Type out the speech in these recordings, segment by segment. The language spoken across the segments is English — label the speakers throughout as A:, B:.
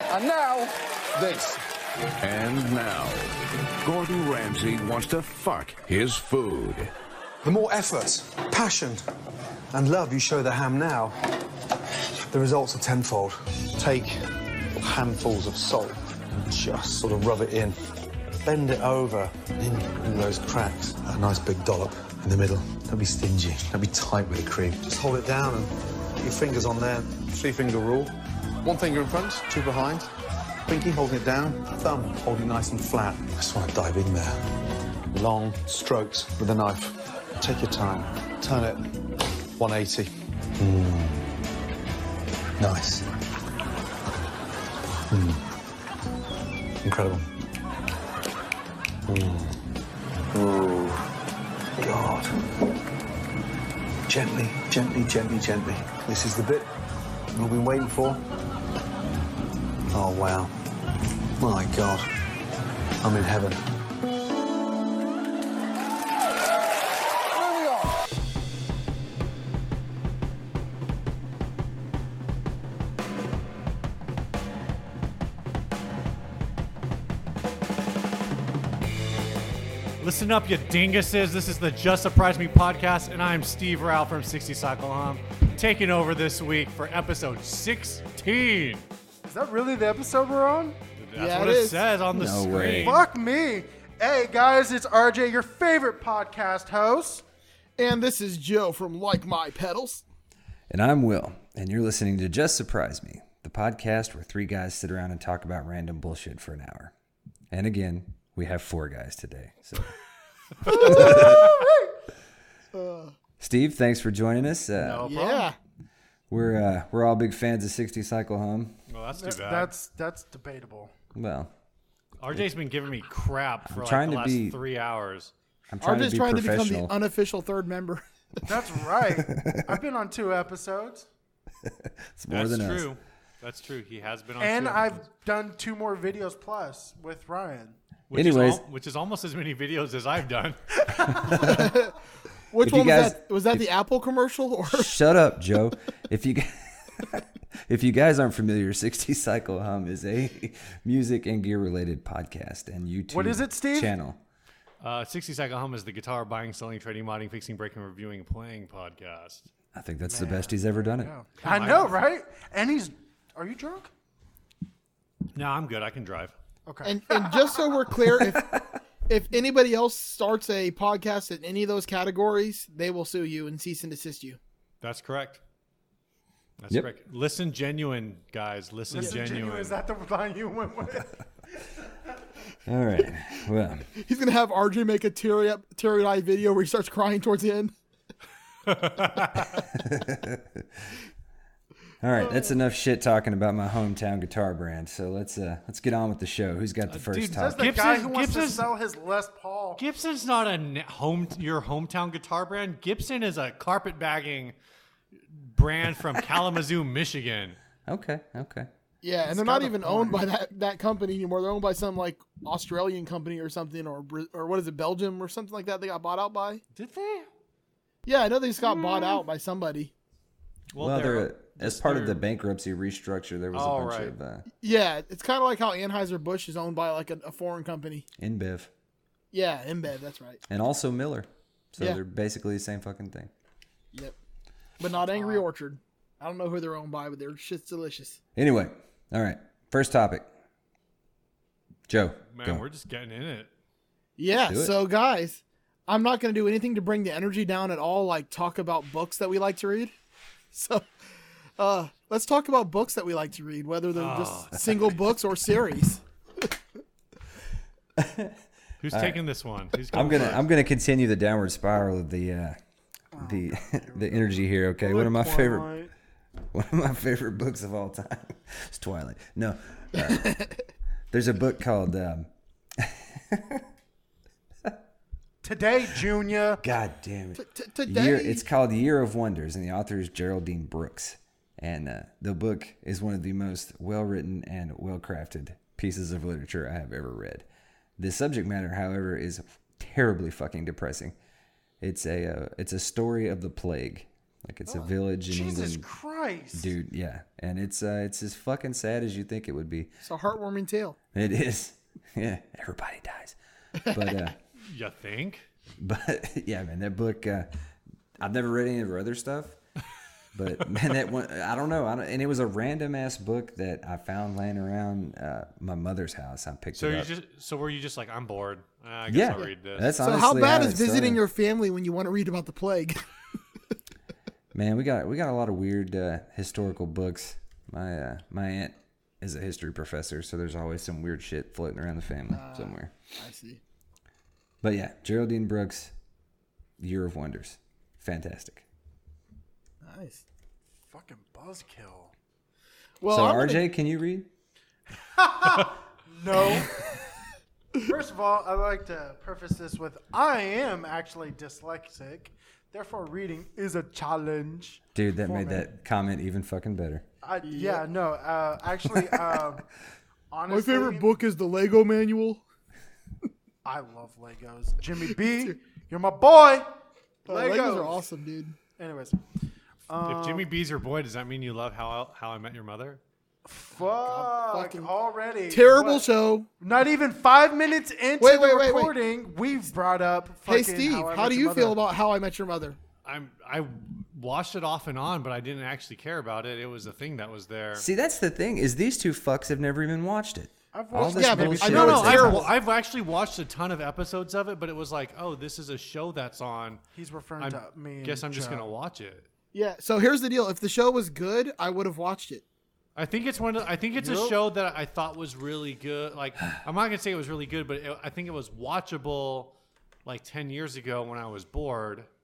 A: And now, this.
B: And now, Gordon Ramsay wants to fuck his food.
C: The more effort, passion, and love you show the ham now, the results are tenfold. Take handfuls of salt, and just sort of rub it in. Bend it over, and in all those cracks, a nice big dollop in the middle. Don't be stingy, don't be tight with the cream. Just hold it down and put your fingers on there. Three finger rule. One finger in front, two behind. Pinky holding it down, thumb holding nice and flat. I just want to dive in there. Long strokes with a knife. Take your time. Turn it 180. Mm. Hmm. Nice. Mm. Incredible. Mm. Ooh. God. Gently, gently, gently, gently. This is the bit we've been waiting for. Oh, wow. My God. I'm in heaven.
A: Moving on.
D: Listen up, you dinguses. This is the Just Surprise Me podcast, and I'm Steve Rao from 60 Cycle Home, taking over this week for episode 16.
E: Is that really the episode we're on?
D: That's
A: Yeah,
D: what it,
A: it is.
D: says on the
F: No way.
D: screen.
E: Fuck me. Hey guys, it's RJ, your favorite podcast host.
A: And this is Joe from Like My Pedals.
F: And I'm Will, and you're listening to Just Surprise Me, the podcast where three guys sit around and talk about random bullshit for an hour. And again, we have four guys today. So. Steve, thanks for joining us. Uh,
A: Yeah.
F: We're uh, we're all big fans of 60 Cycle Home.
D: Well, that's too bad.
E: That's that's debatable.
F: Well,
D: RJ's been giving me crap for like
F: trying
D: the
F: to
D: last
F: be-
D: three hours.
F: I'm trying
A: RJ's
F: to be
A: trying to become
F: professional.
A: the unofficial third member.
E: That's right. I've been on two episodes
F: it's more
D: that's
F: than us.
D: true. That's true. He has been on
E: and
D: two
E: I've
D: episodes,
E: done two more videos plus with Ryan.
D: which
F: Anyways.
D: is al- which is almost as many videos as I've done.
A: Which
F: If you
A: one was
F: guys-
A: that? Was that the Apple commercial? Or
F: Shut up, Joe. If you if you guys aren't familiar, 60 Cycle Hum is a music and gear related podcast and YouTube
E: What is it, Steve?
F: channel.
D: Uh, 60 Cycle Home is the guitar buying, selling, trading, modding, fixing, breaking, reviewing, and playing podcast.
F: I think that's the best he's ever done
D: Oh,
F: it.
E: I know, right? And he's are you drunk?
D: No, I'm good. I can drive.
E: Okay.
A: and, and just so we're clear, if if anybody else starts a podcast in any of those categories, they will sue you and cease and desist you.
D: That's correct. That's
F: Yep.
D: correct. Listen genuine, guys. Listen,
E: Is it
D: genuine.
E: genuine? Is that the line you went with?
F: All right. Well,
A: He's gonna have RJ make a teary up, teary eye video where he starts crying towards the end.
F: all right. That's enough shit talking about my hometown guitar brand. So let's uh let's get on with the show. Who's got the first
D: Uh, dude,
E: That's
F: topic?
E: the guy
D: Gibson-
E: who wants to
D: Gibson-
E: sell his Les Paul.
D: Gibson's not a n- home your hometown guitar brand. Gibson is a carpet bagging brand from Kalamazoo, Michigan.
F: Okay. Okay.
A: Yeah, and they're not even owned by that, that company anymore. They're owned by some like Australian company or something, or Bra- or what is it, Belgium or something like that. They got bought out by.
D: Did they?
A: Yeah, I know they just got bought out by somebody.
F: Well, they're, as part of the bankruptcy restructure, there was
D: All
F: a bunch
D: right.
F: of uh,
A: Yeah, it's kind of like how Anheuser Busch is owned by like a, a foreign company.
F: InBev
A: Yeah, InBev, that's right.
F: and also Miller. So
A: Yeah.
F: they're basically the same fucking thing.
A: Yep, but not
F: Uh.
A: Angry Orchard. I don't know who they're owned by, but their shit's delicious.
F: Anyway, all right. First topic. Joe,
D: man.
F: go.
D: We're just getting in it.
A: Yeah,
F: Do it.
A: so guys, I'm not going to do anything to bring the energy down at all, like talk about books that we like to read. So uh, let's talk about books that we like to read, whether they're
F: Ah.
A: just single books or series.
D: Who's taking this one? Who's
F: I'm
D: going
F: gonna
D: first?
F: I'm gonna continue the downward spiral of the uh, the the energy here. Okay, one of my favorite
E: Twilight.
F: one of my favorite books of all time. It's Twilight. No, uh, there's a book called um,
E: Today, Junior.
F: God damn it.
A: T-
F: Year,
A: today,
F: it's called Year of Wonders, and the author is Geraldine Brooks. And uh, the book is one of the most well written and well crafted pieces of literature I have ever read. The subject matter, however, is terribly fucking depressing. It's a uh, it's a story of the plague. Like it's a village in
E: Oh, Jesus
F: England,
E: Christ.
F: dude. Yeah, and it's uh, it's as fucking sad as you think it would be.
A: It's a heartwarming tale.
F: It is. Yeah, everybody dies. But uh,
D: You think?
F: but yeah, man, that book. Uh, I've never read any of her other stuff, but man, that one. I don't know. I don't, and it was a random ass book that I found laying around uh, my mother's house. I picked
D: So
F: it
D: you
F: up.
D: just so were you just like I'm bored? Uh, I guess
F: yeah,
D: I'll read this.
F: that's
A: So
F: honestly
A: how bad
F: it
A: is visiting
F: started.
A: your family when you want to read about the plague?
F: Man, we got we got a lot of weird uh, historical books. My uh, my aunt is a history professor, so there's always some weird shit floating around the family
A: Ah.
F: somewhere.
A: I see.
F: But yeah, Geraldine Brooks, Year of Wonders, fantastic.
A: Nice.
E: Fucking buzzkill.
A: Well,
F: so
A: I'm
F: RJ,
A: gonna-
F: can you read?
E: No. First of all, I'd like to preface this with I am actually dyslexic. Therefore, reading is a challenge.
F: Dude, that made
E: me.
F: that comment even fucking better.
E: I, yeah. no. Uh, actually, um,
A: my
E: honestly,
A: favorite book is the Lego Manual.
E: I love Legos. Jimmy B, you're my boy. Legos.
A: Oh, Legos are awesome, dude.
E: Anyways,
D: if Jimmy B's your boy, does that mean you love how how I Met Your Mother?
E: fuck
A: fucking
E: already.
A: Terrible
E: What?
A: show.
E: Not even five minutes into
A: Wait, wait,
E: the
A: wait, wait.
E: recording, we've brought up.
A: Hey,
E: Fucking
A: Steve,
E: I
A: how
E: Met
A: do
E: Your
A: you feel
E: Mother.
A: about How I Met Your Mother?
D: I'm I watched it off and on, but I didn't actually care about it. It was a thing that was there.
F: See, that's the thing is these two fucks have never even watched it.
E: I've
F: All
E: watched
F: this
A: it. Yeah, but
F: bullshit
A: I know
F: that's
A: it's
F: out-
A: terrible.
D: I've actually watched a ton of episodes of it, but it was like, oh, this is a show that's on.
E: He's referring
D: I
E: to me. and
D: guess I'm just
E: Joe.
D: gonna watch it.
A: Yeah. So here's the deal: if the show was good, I would have watched it.
D: I think it's one. Of, I think it's a show that I thought was really good. Like I'm not gonna say it was really good, but it, I think it was watchable, like ten years ago when I was bored.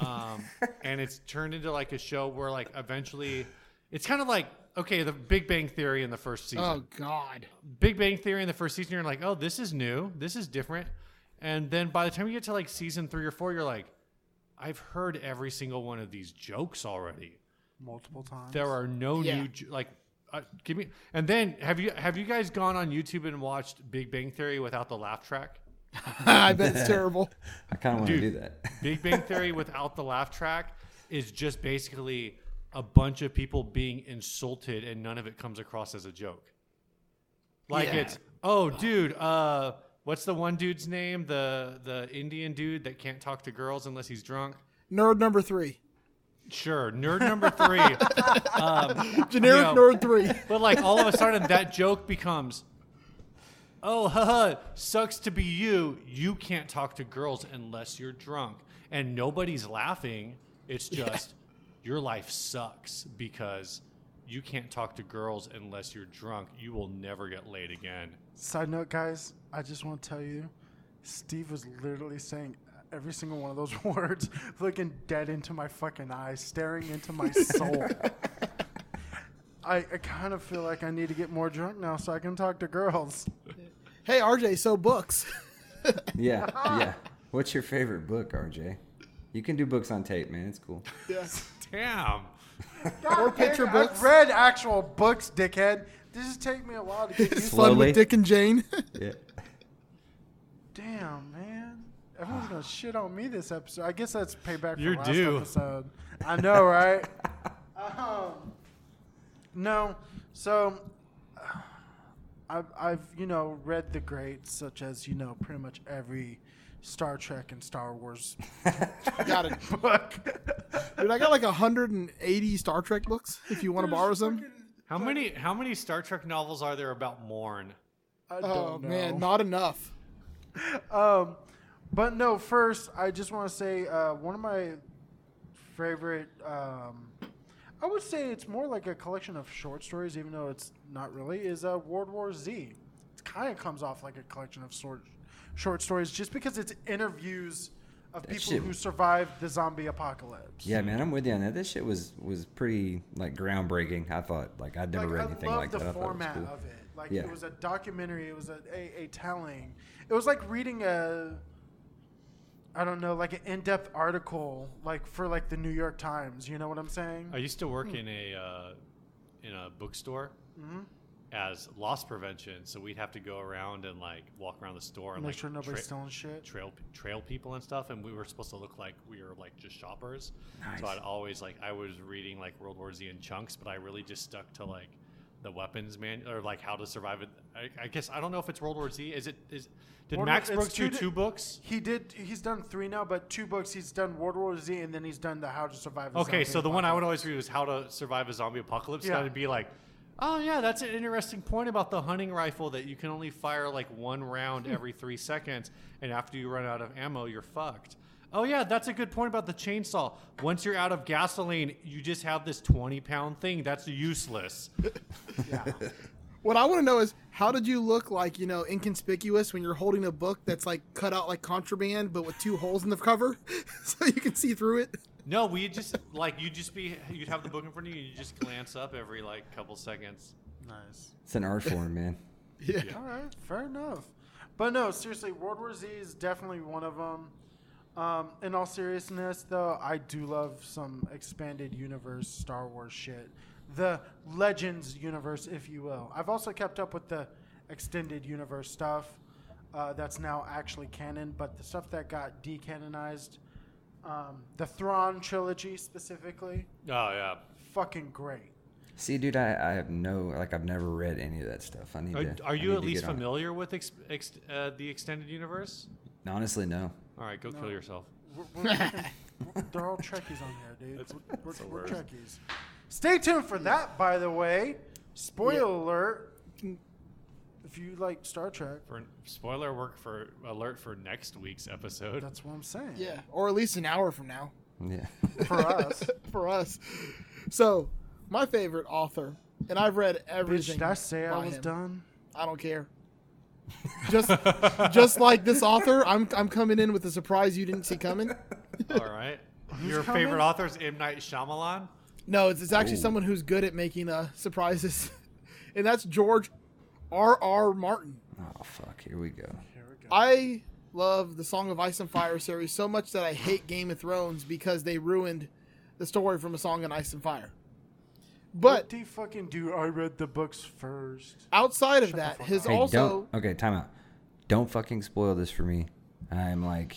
D: Um, and it's turned into like a show where like eventually, it's kind of like okay, the Big Bang Theory in the first season.
A: Oh God.
D: Big Bang Theory in the first season, you're like, oh, this is new, this is different. And then by the time you get to like season three or four, you're like, I've heard every single one of these jokes already.
E: multiple times.
D: There are no
A: Yeah.
D: new j- like, uh, give me. And then have you have you guys gone on YouTube and watched Big Bang Theory without the laugh track?
A: I bet it's terrible.
F: I kind of want to do that.
D: Big Bang Theory without the laugh track is just basically a bunch of people being insulted and none of it comes across as a joke. Like
A: Yeah.
D: it's oh dude, uh what's the one dude's name? The the Indian dude that can't talk to girls unless he's drunk?
A: Nerd number three.
D: Sure, nerd number 3. No.
A: Generic nerd three.
D: But like all of a sudden, that joke becomes, "Oh, haha, sucks to be you. You can't talk to girls unless you're drunk, and nobody's laughing. It's just your life sucks because you can't talk to girls unless you're drunk. You will never get laid again."
E: Side note, guys, I just want to tell you, Steve was literally saying every single one of those words, looking dead into my fucking eyes, staring into my soul. I, I kind of feel like I need to get more drunk now so I can talk to girls.
A: Hey, RJ. So books.
F: Yeah, yeah. What's your favorite book, RJ? You can do books on tape, man. It's cool.
D: Damn.
A: or picture books.
E: I've read actual books, dickhead. This is taking me a while to get used to.
A: Fun
F: Slowly.
A: with Dick and Jane.
F: Yeah.
E: Damn, man. Everyone's gonna shit on me this episode. I guess that's payback for
D: You're
E: last
D: due.
E: episode. I know, right? um, no, so I've, I've you know read the greats such as you know pretty much every Star Trek and Star Wars
A: got it.
E: book.
A: Dude, I got like 180 Star Trek books. If you want to borrow some.
D: How many how many Star Trek novels are there about Morn?
E: I
A: Oh
E: don't know.
A: man, not enough.
E: Um, but no, first I just want to say uh, one of my favorite. Um, I would say it's more like a collection of short stories, even though it's not really. Is uh, World War Z? It kind of comes off like a collection of short short stories, just because it's interviews of people
F: shit-
E: who survived the zombie apocalypse.
F: Yeah, man, I'm with you on that. This shit was was pretty like groundbreaking. I thought like I'd never
E: Like,
F: read
E: I
F: anything
E: love
F: like
E: the
F: that. I thought it was
E: format
F: cool.
E: of it. Like
F: Yeah.
E: it was a documentary. It was a, a, a telling. It was like reading a, I don't know, like an in-depth article, like for like the New York
D: Oh,
E: Hmm. Times. You know what I'm saying? Mm-hmm.
D: I used to work in a uh, in a bookstore, as loss prevention. So we'd have to go around and like walk around the store and
E: Make
D: like
E: sure nobody's
D: tra-
E: stealing shit.
D: trail trail people and stuff, and we were supposed to look like we were like just shoppers. So I'd always like I was reading like World War Z in chunks, but I really just stuck to like the weapons man or like how to survive it. I, I guess I don't know if it's World War Z. Is it is did
E: World War-
D: Max
E: it's
D: Brooks do
E: two di-
D: two books?
E: He did. He's done three now, but two books. He's done World War Z, and then he's done the How to Survive. a
D: Okay,
E: Zombie
D: so the one I would
E: Apocalypse.
D: always read was How to Survive a Zombie Apocalypse.
E: Yeah.
D: And I'd be like, oh, yeah, that's an interesting point about the hunting rifle that you can only fire like one round every three seconds. And after you run out of ammo, you're fucked. Oh, yeah, that's a good point about the chainsaw. Once you're out of gasoline, you just have this 20 pound thing that's useless.
A: What I want to know is how did you look like you know inconspicuous when you're holding a book that's like cut out like contraband, but with two holes in the cover, so you can see through it.
D: No, we just like you'd just be you'd have the book in front of you, you just glance up every like couple seconds.
E: nice.
F: It's an art form, man.
E: All right, fair enough. But no, seriously, World War Z is definitely one of them. Um, in all seriousness, though, I do love some expanded universe Star Wars shit. The Legends universe, if you will. I've also kept up with the extended universe stuff uh, that's now actually canon, but the stuff that got decanonized, um, the Thrawn trilogy specifically,
D: Oh yeah,
E: fucking great.
F: See, dude, I, I have no like I've never read any of that stuff. I need
D: Are,
F: to.
D: are
F: I
D: you
F: need
D: at
F: to
D: least
F: get on it.
D: familiar with ex- ex- uh, the extended universe?
F: Honestly, no.
D: All right, go kill yourself.
E: We're, we're, we're- they're all Trekkies on here, dude. we're we're, we're Trekkies. Stay tuned for that, by the way. Spoiler alert. If you like Star Trek,
D: For spoiler work for alert for next week's episode.
E: that's what I'm saying.
A: Yeah, or at least an hour from now.
F: Yeah.
E: For us.
A: for us. So, my favorite author, and I've read
E: Bitch,
A: everything.
E: did I say I
A: by
E: was
A: him.
E: done?
A: I don't care. Just, just like this author, I'm I'm coming in with a surprise you didn't see coming.
D: All right. Your
E: coming?
D: favorite author is M Night Shyamalan.
A: No, it's, it's actually someone who's good at making uh, surprises, and that's George R. R. Martin.
F: oh fuck, here we go.
A: I love the Song of Ice and Fire series so much that I hate Game of Thrones because they ruined the story from A Song of Ice and Fire. But
E: What do you fucking do? I read the books first.
A: outside of that, his
F: Hey,
A: also
F: don't. Okay, time out. Don't fucking spoil this for me. I'm like,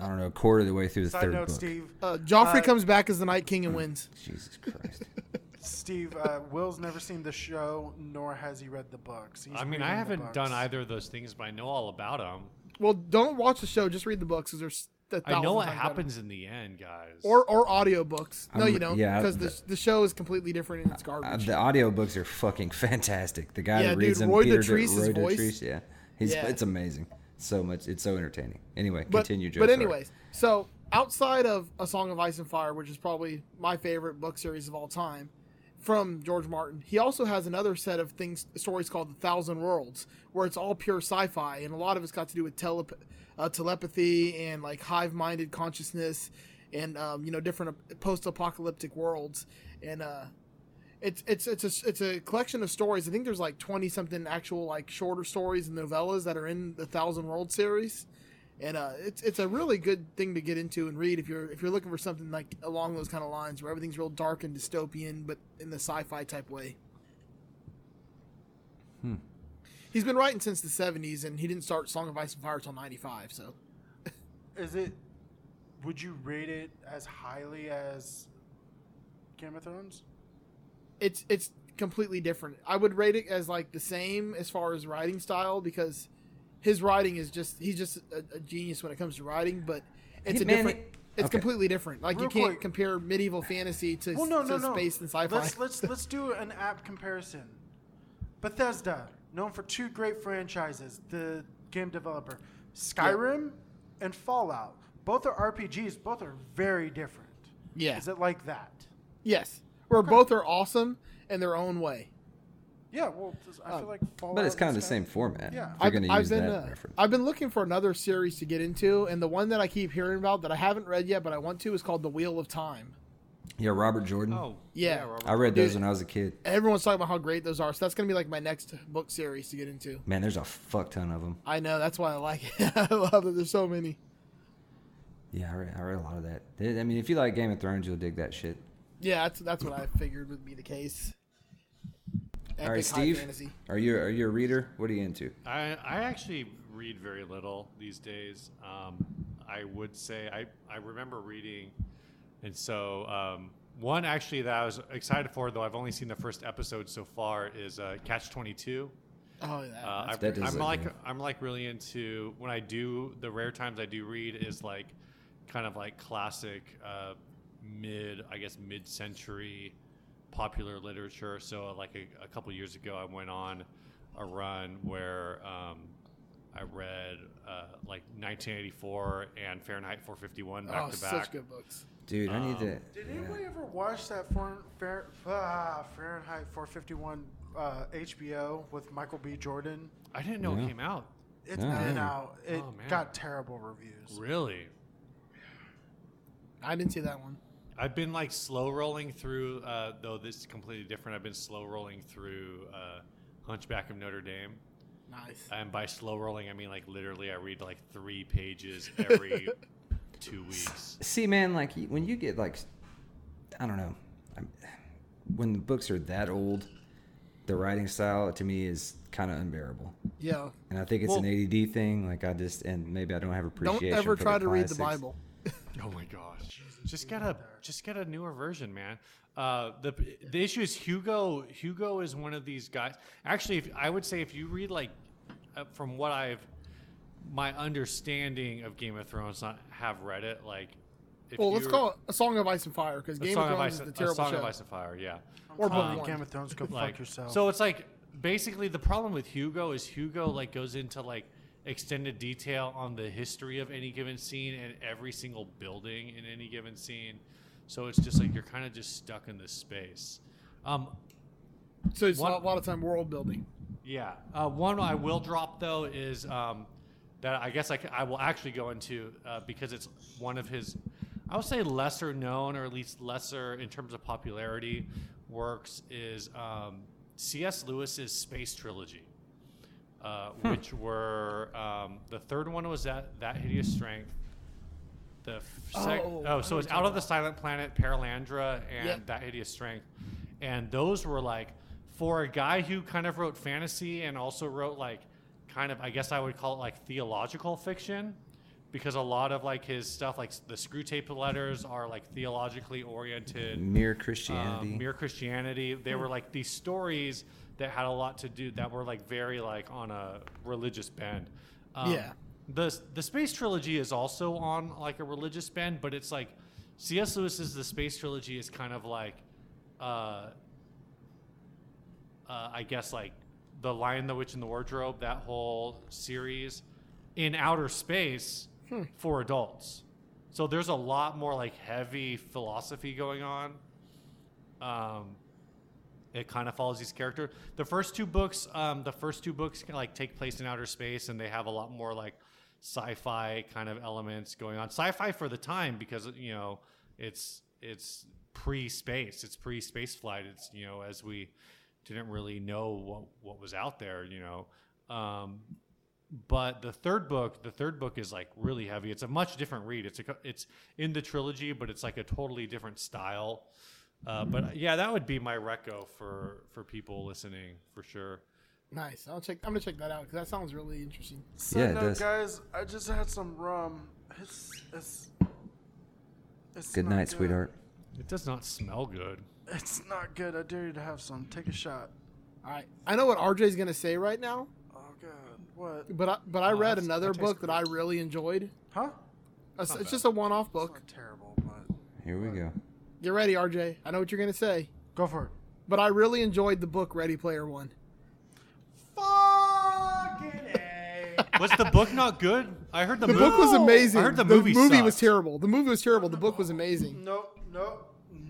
F: I don't know, a quarter of the way through the
E: Side
F: third
E: note,
F: book.
E: Steve.
A: Uh, Joffrey
E: Uh,
A: comes back as the Night King and wins.
F: Jesus Christ.
E: Steve, uh, Will's never seen the show, nor has he read the books. He's
D: I mean,
E: reading
D: I
E: the
D: haven't
E: books.
D: done either of those things, but I know all about them.
A: Well, don't watch the show; just read the books. Cause there's a
D: I know
A: thousand
D: what
A: times
D: happens in the end, guys.
A: better. Or or audiobooks. No,
F: I'm-
A: you don't.
F: yeah,
A: because the, the show is completely different and it's
F: Uh,
A: garbage.
F: the audiobooks are fucking fantastic. The guy
A: Yeah,
F: that reads
A: dude,
F: them,
A: Roy
F: Peter
A: Dotrice's
F: Roy
A: voice.
F: Dotrice, yeah, he's
A: Yeah.
F: it's amazing. So much, it's so entertaining. Anyway,
A: but
F: continue, Joe.
A: but
F: sorry.
A: anyways, so outside of A Song of Ice and Fire, which is probably my favorite book series of all time, from George Martin, he also has another set of things stories called The Thousand Worlds, where it's all pure sci-fi, and a lot of it's got to do with telep- uh, telepathy and like hive-minded consciousness, and um, you know different uh, post-apocalyptic worlds, and uh, it's it's it's a it's a collection of stories. I think there's like twenty something actual like shorter stories and novellas that are in the Thousand World series, and uh, it's it's a really good thing to get into and read if you're if you're looking for something like along those kind of lines where everything's real dark and dystopian, but in the sci-fi type way. He's been writing since the '70s, and he didn't start Song of Ice and Fire till '95. So
E: Is it. Would you rate it as highly as Game of Thrones?
A: it's it's completely different. I would rate it as like the same as far as writing style because his writing is just he's just a, a genius when it comes to writing, but it's
F: Hey,
A: a
F: man,
A: different.
F: it-
A: It's
F: okay.
A: completely different. Like you
E: Real
A: can't
E: quick.
A: compare medieval fantasy to,
E: Well, no, no,
A: to
E: no.
A: space and sci-fi.
E: Let's let's let's do an app comparison. Bethesda, known for two great franchises, the game developer, Skyrim and Fallout. Both are RPGs. Both are very different.
A: Yeah.
E: Is it like that?
A: yes, where both are awesome in their own way.
E: Yeah. Well, just- I feel like Fallout.
F: But it's kind of
E: and
F: the same
E: Skyrim-
F: format.
E: Yeah.
F: Yeah, you're going to use that
A: uh,
F: reference.
A: I've been looking for another series to get into, and the one that I keep hearing about that I haven't read yet, but I want to, is called The Wheel of Time.
F: yeah, Robert Jordan.
D: oh,
A: Yeah.
D: Robert.
F: I read those
A: Dude.
F: when I was a kid.
A: Everyone's talking about how great those are, so that's gonna be like my next book series to get into.
F: Man, there's a fuck ton of them.
A: I know. That's why I like it. I love that there's so many.
F: Yeah, I read, I read a lot of that. They- I mean, if you like Game of Thrones, you'll dig that shit.
A: Yeah, that's that's what I figured would be the case. Epic
F: All right, Steve.
A: High fantasy.
F: Are you are you a reader? What are you into?
D: I, I actually read very little these days. Um, I would say I, I remember reading, and so um, one actually that I was excited for, though I've only seen the first episode so far, is uh, Catch Twenty Two.
A: Oh, yeah.
D: Uh, I've-
F: That
D: I'm,
F: does look
D: like
F: good.
D: I'm like really into when I do the rare times I do read is like kind of like classic uh, mid I guess mid century popular literature. So uh, like a, a couple years ago, I went on a run where um, I read uh, like 1984 and Fahrenheit 451 back
A: oh,
D: to back.
A: such good books.
F: Dude, I need
D: Um,
F: to.
E: Did anybody ever watch that foreign, Fair, ah, Fahrenheit 451 uh, HBO with Michael B. Jordan?
D: I didn't know it came out.
E: It's
F: Yeah.
E: been out. It
D: Oh, man.
E: got terrible reviews.
D: Really,
A: I didn't see that one.
D: I've been like slow rolling through, uh, though this is completely different. I've been slow rolling through uh, Hunchback of Notre Dame.
A: Nice.
D: And by slow rolling, I mean like literally, I read like three pages every two weeks.
F: See, man, like y- when you get like, I don't know, I'm, when the books are that old, the writing style to me is kind of unbearable.
A: Yeah.
F: And I think it's an
D: Well-
F: ADD thing. Like I just and maybe I don't have
A: Don't
F: appreciation.
A: ever
F: for the
A: try to read the
F: classics.
A: Bible.
D: Oh my gosh! Just get a just get a newer version, man. Uh, the the issue is Hugo. Hugo is one of these guys. Actually, if, I would say if you read like uh, from what I've my understanding of Game of Thrones, not have read it. Like, if
A: Well, let's
D: you-
A: call it A Song of Ice and Fire because
D: A
A: Game
D: Song
A: of Thrones
D: Ice,
A: is the
D: A
A: terrible
D: Song
A: show.
D: of Ice and Fire. Yeah.
A: Or book
E: Uh,
A: one.
E: Game of Thrones, go
D: like
E: fuck yourself.
D: so it's like basically the problem with hugo is hugo like goes into like extended detail on the history of any given scene and every single building in any given scene so it's just like you're kind of just stuck in this space um
A: so it's
D: One-
A: a lot of time world building.
D: yeah uh, one i will drop though is um that i guess i, c- I will actually go into uh, because it's one of his i would say lesser known or at least lesser in terms of popularity works is um cs lewis's space trilogy uh,
A: Hmm.
D: which were um, the third one was that that hideous strength. The f- sec-
A: Oh,
D: oh,
A: I know
D: so it's out of the Silent Planet, Paralandra, and
A: Yeah.
D: that hideous strength, and those were like for a guy who kind of wrote fantasy and also wrote like kind of I guess I would call it like theological fiction, because a lot of like his stuff like s- the screw tape letters are like theologically oriented
F: Mere
D: um,
F: Christianity.
D: mere Christianity. They were like these stories that had a lot to do that were like very like on a religious bend. Um,
A: Yeah.
D: The the space trilogy is also on like a religious bend, but it's like C.S. Lewis's the space trilogy is kind of like, uh, uh, I guess like the Lion, the Witch, and the Wardrobe. That whole series in outer space for adults. So there's a lot more like heavy philosophy going on um, it kind of follows these character. The first two books, um, the first two books can, like take place in outer space, and they have a lot more like sci-fi kind of elements going on. Sci-fi for the time because you know it's it's pre-space, it's pre-space flight. It's you know as we didn't really know what what was out there, you know. Um, but the third book, the third book is like really heavy. It's a much different read. It's a, co- it's in the trilogy, but it's like a totally different style. Uh, but yeah, that would be my reco for for people listening for sure.
A: Nice. I'll check. I'm gonna check that out because that sounds really interesting.
F: Yeah,
E: Side
F: it
E: note,
F: does.
E: guys, I just had some rum. It's it's. it's
F: Good
E: not
F: night,
E: good.
F: sweetheart.
D: It does not smell good.
E: It's not good. I dare you to have some. Take a shot.
A: All right. I know what RJ's gonna say right now,
E: Oh God, what?
A: but I, but I read
D: Uh, that's-
A: another
D: that tastes
A: book that I
D: great.
A: really enjoyed.
E: Huh?
A: It's, it's just a one-off
E: It's
A: book.
E: not terrible, but
F: Here we go.
A: Get ready, RJ. I know what you're gonna say,
E: go for it.
A: but I really enjoyed the book Ready Player One.
E: Fucking a.
D: Was the book not good? I heard the,
A: The
D: movie
A: book was amazing.
D: I heard the, movie.
A: movie, was
D: sucked.
A: terrible. The movie was terrible. The book was amazing.
E: no, no,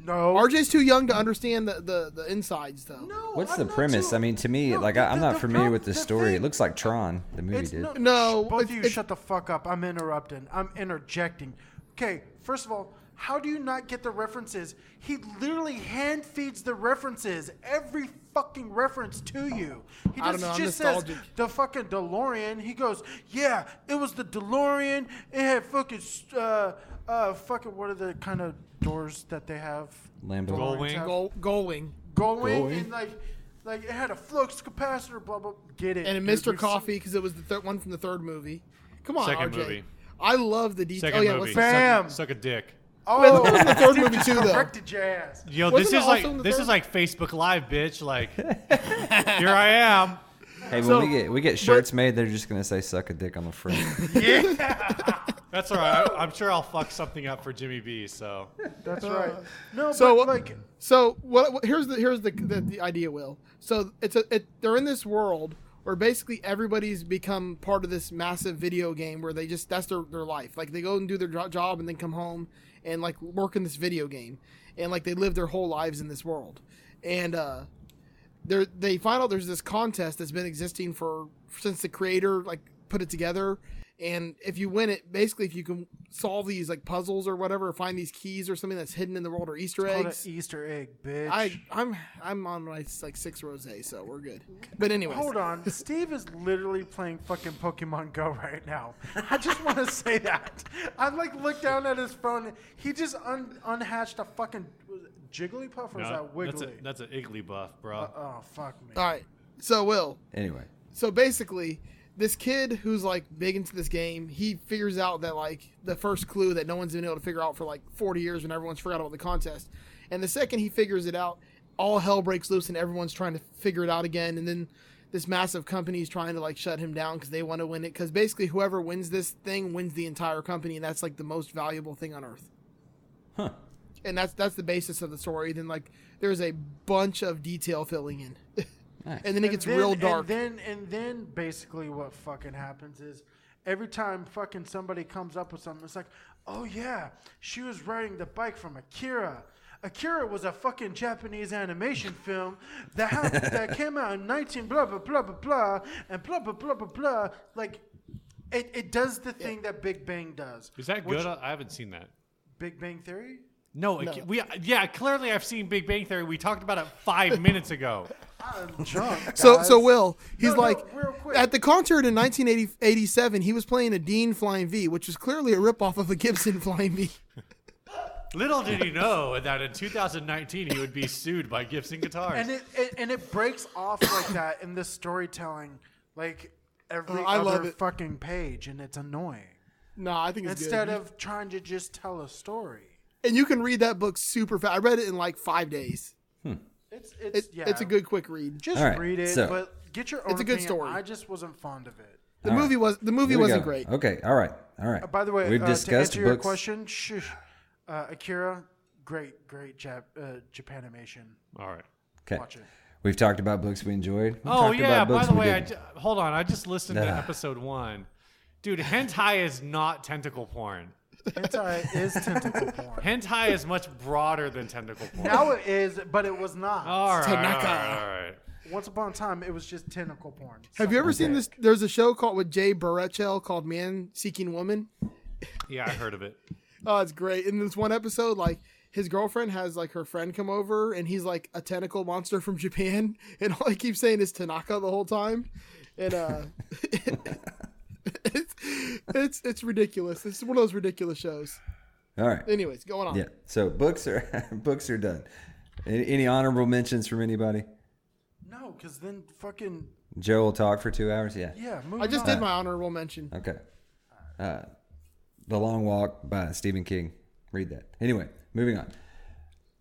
E: no.
A: RJ's too young to understand the the, the insides though.
E: No,
F: What's
E: I'm
F: the
E: not
F: premise?
E: Oh, too-
F: I mean, to me,
E: No,
F: like
E: the-
F: I, I'm
E: the-
F: not
E: the
F: familiar
E: prob-
F: with the
E: the
F: story.
E: thing-
F: it looks like Tron, the movie
E: It's
F: did.
E: no,
A: No,
E: sh- both of
A: it's-
E: you
A: it's-
E: shut the fuck up. I'm interrupting. I'm interjecting. Okay, first of all, how do you not get the references? He literally hand feeds the references, every fucking reference to you. He
A: I don't
E: just,
A: know, I'm
E: just says
A: nostalgic.
E: the fucking DeLorean. He goes, yeah, it was the DeLorean. It had fucking uh, uh, fucking what are the kind of doors that they have?
F: Lambo.
E: DeLoreans
D: Gullwing.
E: have?
A: Goal, goaling.
E: Going
F: Going.
E: and like Like it had a flux capacitor, blah blah. Get it?
A: and
E: dude,
A: Mr.
E: we've seen-
A: Coffee because it was the third one from the third movie. Come on,
D: Second
A: RJ.
D: movie.
A: I love the detail.
D: Second
A: Oh yeah,
D: movie.
A: what's
E: that? Bam!
D: Suck, suck a dick.
E: Oh,
A: that was the third
E: dude
A: movie
E: just
A: too, though.
E: Corrected your ass.
D: Yo,
A: Wasn't
D: this
A: it
D: is
A: also in
D: like
A: the
D: this
A: third?
D: is like Facebook Live, bitch. Like, here I am.
F: Hey, when
A: So-
F: we get we get shirts made, they're just gonna say "suck a dick" on the front.
D: That's all right. I, I'm sure I'll fuck something up for Jimmy B. So
A: Uh,
E: That's right. No,
A: So
E: but
A: what-
E: like,
A: So what? what- Here's the here's the the, the idea. Will so it's a it, they're in this world where basically everybody's become part of this massive video game where they just that's their their life. Like they go and do their jo- job and then come home and like work in this video game and like they live their whole lives in this world. And uh, they they find out there's this contest that's been existing for since the creator like put it together and if you win it basically if you can solve these like puzzles or whatever or find these keys or something that's hidden in the world or easter
E: what an
A: eggs
E: Easter egg, bitch.
A: I I'm I'm on my like six rosé, so we're good. But anyway,
E: Hold on, Steve is literally playing fucking Pokemon Go right now. I just want to say that. I like looked down at his phone. He just un- unhatched a fucking was it Jigglypuff or is that
D: No, that's a
E: Wiggly?
D: that's an Iggly buff, bro.
E: oh fuck me.
A: All right. So Will,
F: Anyway,
A: so basically, this kid who's like big into this game, he figures out that like the first clue that no one's been able to figure out for like 40 years when everyone's forgot about the contest. And the second he figures it out, all hell breaks loose and everyone's trying to figure it out again. And then this massive company's trying to like shut him down because they want to win it. Because basically, whoever wins this thing wins the entire company, and that's like the most valuable thing on earth. Huh. And that's that's the basis of the story. Then like there's a bunch of detail filling in. And then it gets
E: then-
A: real dark.
E: And then and then basically what fucking happens is every time fucking somebody comes up with something, it's like, oh yeah, she was riding the bike from Akira. Akira was a fucking Japanese animation film that happened, that came out in 19 blah blah blah blah blah and blah blah blah blah blah. Like, it, it does the thing that Big Bang does.
D: Is that
E: which-
D: good? I haven't seen that.
E: Big Bang Theory?
D: No, it- we yeah. Clearly, I've seen Big Bang Theory. We talked about it five minutes ago.
E: I'm drunk.
A: So
E: guys.
A: so Will, he's
E: No, no,
A: like
E: real quick.
A: at the concert in 1987, he was playing a Dean Flying V, which is clearly a ripoff of a Gibson Flying V.
D: Little did he know that in 2019 he would be sued by Gibson Guitars.
E: and it, it and it breaks off like that in the storytelling, like every
A: Oh, I
E: other
A: love it.
E: fucking page, and it's annoying.
A: No, I think it's
E: Instead
A: good.
E: of trying to just tell a story,
A: and you can read that book super fast. I read it in like five days.
E: it's it's
A: It,
E: yeah,
A: It's a good quick read.
E: Just
F: All right,
E: read it,
F: so-
E: but get your own.
A: It's a good
E: opinion.
A: story.
E: I just wasn't fond of it.
A: The movie was the movie
F: here we
A: wasn't
F: go.
A: great.
F: Okay, all right, all right.
E: By the way,
F: we've
E: uh,
F: discussed
E: to answer your
F: books.
E: question, shush, uh, Akira, great, great Jap- uh, Japanimation.
D: All right.
F: Okay.
E: Watch it.
F: We've talked about books we enjoyed. We've
D: Oh
F: talked
D: yeah.
F: about
D: By
F: books
D: the
F: we
D: way, I
F: didn't.
D: ju- hold on. I just listened to
F: Nah.
D: episode one. Dude, hentai is not tentacle porn.
E: Hentai is tentacle porn.
D: Hentai is much broader than tentacle porn.
E: Now it is, but it was not.
A: Uh,
D: All right, all
A: Tanaka.
D: right, all right.
E: Once upon a time, it was just tentacle porn.
A: Have you ever seen this? There's a show called with Jay Baruchel called Man Seeking Woman.
D: Yeah, I heard of it.
A: Oh, it's great. In this one episode, like his girlfriend has like her friend come over, and he's like a tentacle monster from Japan, and all he keeps saying is Tanaka the whole time, and uh, it's it's it's ridiculous. It's one of those ridiculous shows.
F: All right.
A: Anyways, going on.
F: Yeah. So books are books are done. Any, any honorable mentions from anybody?
E: No, because then fucking
F: Joe will talk for two hours. Yeah.
E: yeah.
A: I
E: moving
A: just
E: on.
A: did my honorable mention.
F: Okay. Uh, the Long Walk by Stephen King. Read that. Anyway, moving on.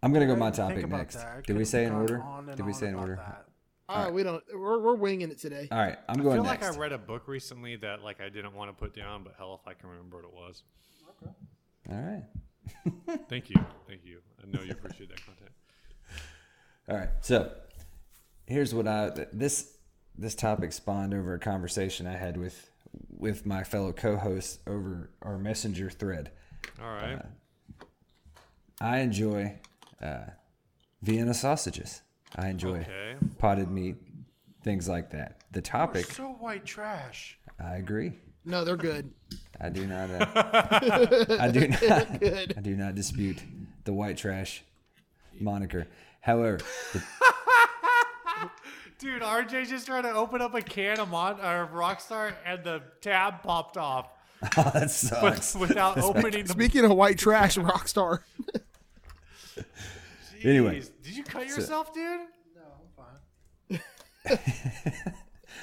F: I'm gonna go my
E: didn't think
F: topic
E: about
F: next.
E: that. I
F: Did we
E: could've
F: say in
E: gone
F: order?
E: on and
F: Did we
E: on
F: say in
E: about
F: order?
E: that.
A: Ah, we don't. We're, we're winging it today.
F: All right, I'm
D: I
F: going
D: feel
F: next.
D: like I read a book recently that like I didn't want to put down, but hell if I can remember what it was.
F: All right.
D: Thank you. Thank you. I know you appreciate that content.
F: All right. So here's what I th- this this topic spawned over a conversation I had with with my fellow co-hosts over our messenger thread.
D: All right.
F: I enjoy uh, Vienna sausages. I enjoy
D: Okay.
F: potted meat, things like that. The topic,
E: So white trash.
F: I agree.
A: No, they're good.
F: I do not. Uh, I do not. I do not dispute the white trash moniker. However, the,
D: Dude, RJ just tried to open up a can of Mon- or of Rockstar and the tab popped off
F: that sucks.
D: without opening the
A: Speaking of white trash, Rockstar.
F: Anyway.
D: Jeez, Did you cut yourself, dude?
E: No, I'm fine.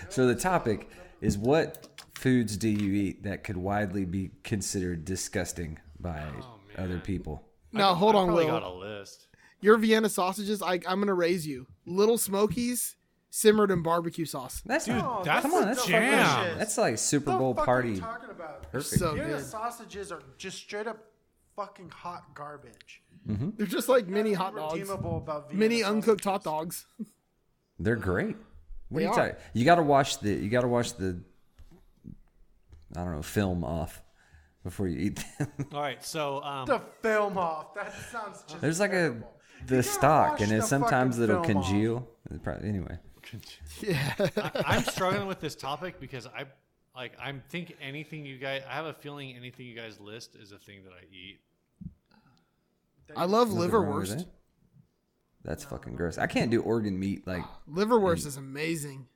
F: So the topic is what foods do you eat that could widely be considered disgusting by
D: Oh,
F: other people?
A: Now hold on,
D: Probably
A: Will.
D: got a list.
A: Your Vienna sausages, I, I'm gonna raise you. Little Smokies, simmered in barbecue sauce.
F: That's not,
D: that's
F: come on, that's
D: the jam.
F: That's like
E: What
F: Super
E: the
F: Bowl
E: fuck are you
F: party.
E: talking about?
F: Perfect.
A: So
E: Vienna
A: good.
E: sausages are just straight up fucking hot garbage.
A: They're just like mini
E: Nothing
A: hot dogs,
E: redeemable about Vienna
A: mini
E: sausages.
A: uncooked hot dogs.
F: They're great. What
A: They
F: are you
A: are.
F: talking? You got to wash the you got to wash the I don't know film off before you eat them.
D: All right, so um,
E: The film off. That sounds just.
F: There's like a
E: terrible. You
F: the
E: gotta
F: stock,
E: wash
F: and
E: the
F: then sometimes
E: fucking
F: it'll
E: film off.
F: congeal. It's probably- Anyway,
D: I'm struggling with this topic because I like I'm think anything you guys I have a feeling anything you guys list is a thing that I eat.
A: I love
F: Nothing wrong with
A: liverwurst.
F: that. That's fucking gross. I can't do organ meat. Like
A: Liverwurst is amazing.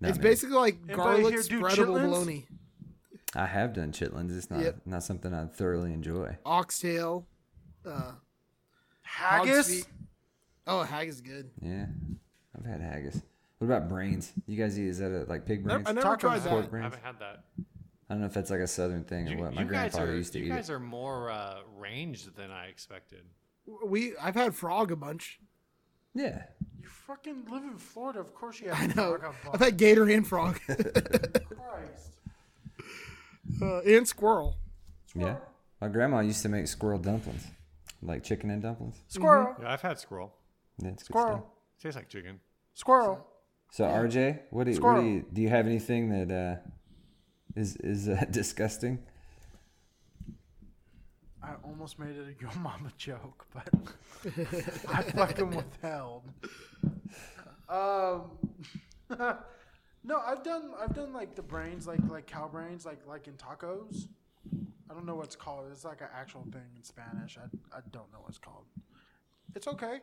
F: no,
A: it's
F: man.
A: basically like
E: Anybody
A: garlic
E: here do
A: spreadable
E: chitlins?
A: bologna,
F: I have done chitlins. It's not
A: Yep.
F: not something I thoroughly enjoy.
A: oxtail. Uh, hog's
E: haggis.
A: feet. Oh, haggis is good.
F: Yeah, I've had haggis. What about brains? You guys eat is that a, like pig brains?
A: I never
E: Taco
A: tried
E: Bell.
A: that.
F: Pork brains?
D: I haven't had that.
F: I don't know if that's like a southern thing or
D: You,
F: what. My
D: you guys
F: grandfather
D: are
F: used to
D: you
F: eat
D: guys
F: it.
D: are more uh, ranged than I expected.
A: We I've had frog a bunch.
F: Yeah,
E: You fucking live in Florida. Of course you have.
A: I know.
E: fucking
A: I've had gator and frog
E: Christ.
A: uh, and squirrel.
F: yeah. My grandma used to make squirrel dumplings, like chicken and dumplings.
E: Squirrel.
D: Yeah, I've had squirrel.
F: Yeah, it's good stuff.
E: Squirrel.
D: tastes like chicken.
E: Squirrel.
F: So RJ, what do you, what
E: Squirrel.
F: do, you do? You have anything that uh, is is uh, disgusting?
E: I almost made it a yo mama joke, but I fucking withheld. Um, no, I've done I've done like the brains, like like cow brains, like like in tacos. I don't know what's called. It's like an actual thing in Spanish. I, I don't know what it's called. It's okay.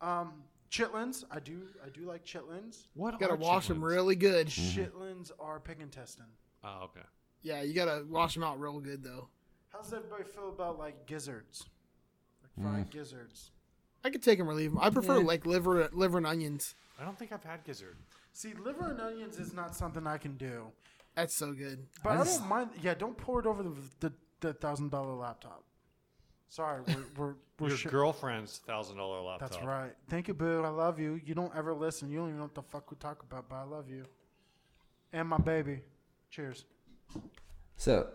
E: Um, chitlins. I do I do like chitlins.
D: What
A: You gotta
D: are
A: wash them
D: chitlins?
A: really good.
E: Chitlins are pig intestine.
D: Oh, okay.
A: Yeah, you gotta wash them out real good though.
E: How's everybody feel about like gizzards? Like fried gizzards.
A: I could take them or leave them. I prefer like liver, liver and onions.
D: I don't think I've had gizzard.
E: See, liver and onions is not something I can do.
A: That's so good.
E: But I,
F: just-
E: don't mind. Yeah, don't pour it over the the, the thousand dollar laptop. Sorry, we're we're, we're
D: Your
E: shi-
D: girlfriend's thousand dollar laptop.
E: That's right. Thank you, boo. I love you. You don't ever listen. You don't even know what the fuck we talk about, but I love you. And my baby. Cheers.
F: So,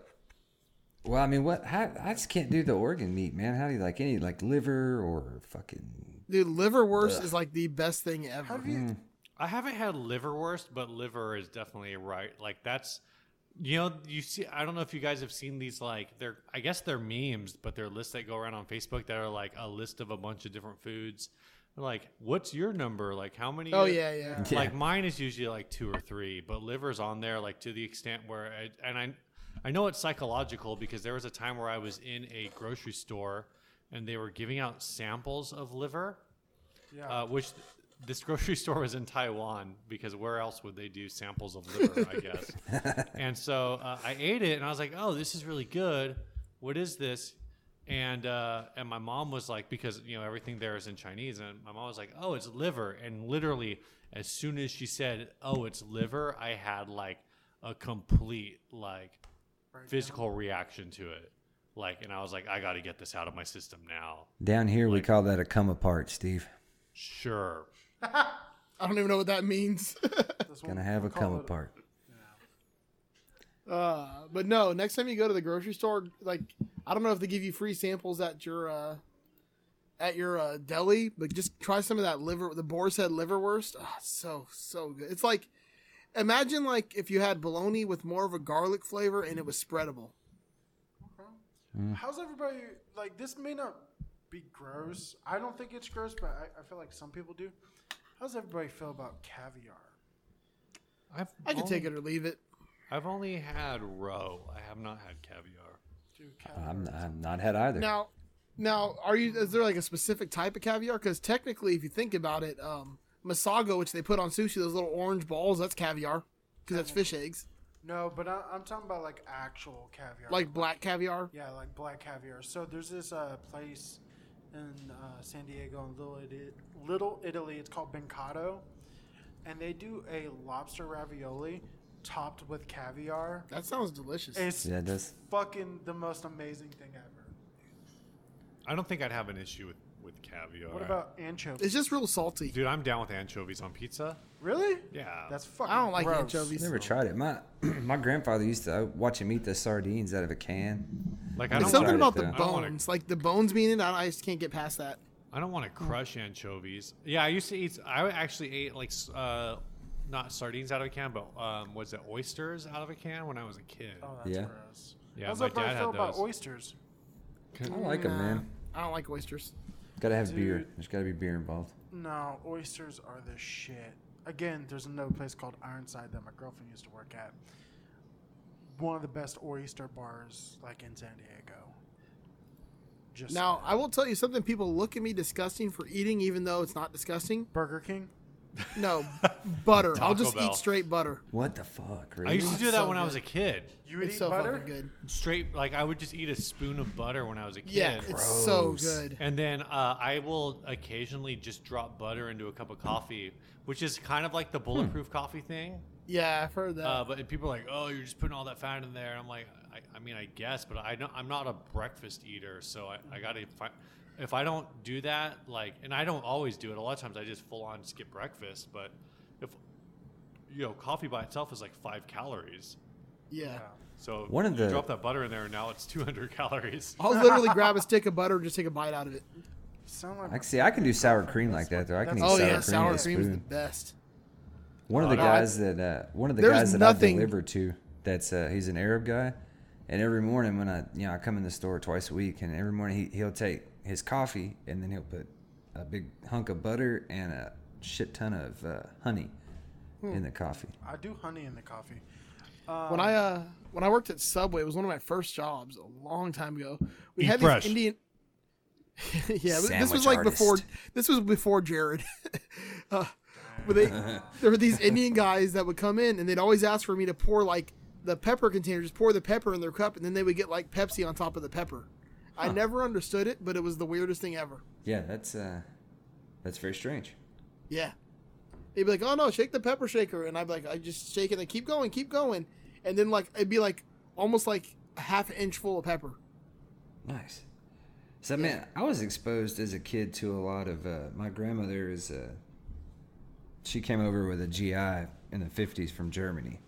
F: well, I mean, what? How, I just can't do the organ meat, man. How do you like any like liver or fucking?
A: Dude, liverwurst is like the best thing ever.
E: Have you?
D: I haven't had liverwurst, but liver is definitely right. Like that's, you know, you see. I don't know if you guys have seen these. Like they're, I guess they're memes, but they're lists that go around on Facebook that are like a list of a bunch of different foods. Like, what's your number? Like, how many?
A: Oh yeah, yeah.
D: Like mine is usually like two or three, but liver's on there like to the extent where, I, and I, I know it's psychological because there was a time where I was in a grocery store, and they were giving out samples of liver, uh, which th- this grocery store was in Taiwan because where else would they do samples of liver? I guess. And so uh, I ate it, and I was like, "Oh, this is really good. What is this?" And uh, and my mom was like, because you know everything there is in Chinese, and my mom was like, "Oh, it's liver." And literally, as soon as she said, "Oh, it's liver," I had like a complete like physical reaction to it. Like, and I was like, "I got to get this out of my system now."
F: Down here, we call that a come apart, Steve.
D: Sure.
A: I don't even know what that means.
E: This
F: Gonna have a come apart.
A: uh, but no, next time you go to the grocery store, like I don't know if they give you free samples at your uh, at your uh, deli, but just try some of that liver, the boar's head liverwurst. Ah, so so good. It's like imagine like if you had bologna with more of a garlic flavor and it was spreadable.
E: How's everybody? Like, this may not be gross. I don't think it's gross, but I, I feel like some people do. How's everybody feel about caviar?
D: I've
A: I could take it or leave it.
D: I've only had roe. I have not had caviar.
E: Dude, caviar.
F: I'm, I'm not had either.
A: Now, now, are you? Is there like a specific type of caviar? Because technically, if you think about it, um, masago, which they put on sushi, those little orange balls, that's caviar, because that's fish eggs,
E: No, but I, I'm talking about like actual caviar.
A: like black caviar.
E: Yeah, like black caviar. So there's this uh, place in uh, San Diego in Little Italy, Little Italy. It's called Bencato, and they do a lobster ravioli topped with caviar.
A: That sounds delicious.
E: It's
F: Yeah, it does.
E: fucking the most amazing thing ever.
D: I don't think I'd have an issue with, with caviar.
E: What about anchovies?
A: It's just real salty.
D: Dude, I'm down with anchovies on pizza.
E: Really?
D: Yeah.
E: That's fucking.
A: I don't like
E: gross.
A: anchovies.
F: Never tried it. My my grandfather used to uh, watch him eat the sardines out of a can.
D: like I don't
F: It's
A: It's something
F: tried
D: want
A: about
F: it,
A: the
F: though. I
D: don't wanna-
A: bones, like the bones being in. it, I just can't get past that.
D: I don't want to crush anchovies. Yeah, I used to eat. I actually ate like s- uh, not sardines out of a can, but um, was it oysters out of a can when I was a kid?
E: Oh, that's
F: Yeah.
E: gross.
D: yeah,
E: How's
D: my
E: up I
D: dad
E: feel
D: had
E: about
D: those.
E: oysters?
F: I like them,
A: Nah,
F: man.
A: I don't like oysters.
F: Gotta have beer. There's gotta be beer involved.
E: No, oysters are the shit. Again, there's another place called Ironside that my girlfriend used to work at. One of the best oyster bars, like in San Diego. Just
A: Now,
E: saying.
A: I will tell you something. People look at me disgusting for eating, even though it's not disgusting.
E: Burger King.
A: No, butter.
D: Taco
A: I'll just
D: Bell.
A: eat straight butter.
F: What the fuck?
D: I
F: Really?
D: used to do that when I was a kid.
E: You would
A: It's
E: eat
A: so
E: butter.
A: fucking good.
D: Straight, like I would just eat a spoon of butter when I was a kid.
A: Yeah, it's so
F: Gross.
A: good.
D: And then uh, I will occasionally just drop butter into a cup of coffee, which is kind of
A: Hmm.
D: like the bulletproof coffee thing.
A: Yeah, I've heard that.
D: Uh, but people are like, "Oh, you're just putting all that fat in there." I'm like, I, I mean, I guess, but I don't, I'm not a breakfast eater, so I, I gotta. If I, if I don't do that, like, and I don't always do it. A lot of times, I just full on skip breakfast. But if you know, coffee by itself is like five calories.
A: yeah.
D: So
F: One of
D: you
F: the-
D: drop that butter in there, and now it's 200 calories.
A: I'll literally grab a stick of butter and just take a bite out of it.
E: Sound like
F: I see. I can do sour cream like that though. I can eat
E: That's-
A: Oh
F: sour
A: yeah,
F: cream with
A: sour
F: a
A: cream is the
F: spoon.
A: best.
F: One of the
D: Oh, no, I-
F: guys that uh, one of the
A: There's
F: guys that
A: nothing-
F: I deliver to that's uh, he's an Arab guy, and every morning when I you know I come in the store twice a week, and every morning he he'll take his coffee and then he'll put a big hunk of butter and a shit ton of uh, honey in the coffee.
E: I do honey in the coffee.
A: when I uh when I worked at Subway, it was one of my first jobs a long time ago. We
D: Eat
A: had
D: fresh.
A: these Indian. yeah, but this
F: Sandwich
A: was like before.
F: artist.
A: This was before Jared. uh, but they there were these Indian guys that would come in and they'd always ask for me to pour like the pepper container, just pour the pepper in their cup, and then they would get like Pepsi on top of the pepper. I never understood it, but it was the weirdest thing ever.
F: Yeah, that's uh, that's very strange.
A: Yeah. They'd be like, "Oh no, shake the pepper shaker," and I'd be like, "I just shake it and keep going, keep going," and then like it'd be like almost like a half inch full of pepper.
F: Nice. So man, I was exposed as a kid to a lot of. Uh, my grandmother is. Uh, she came over with a GI in the fifties from Germany,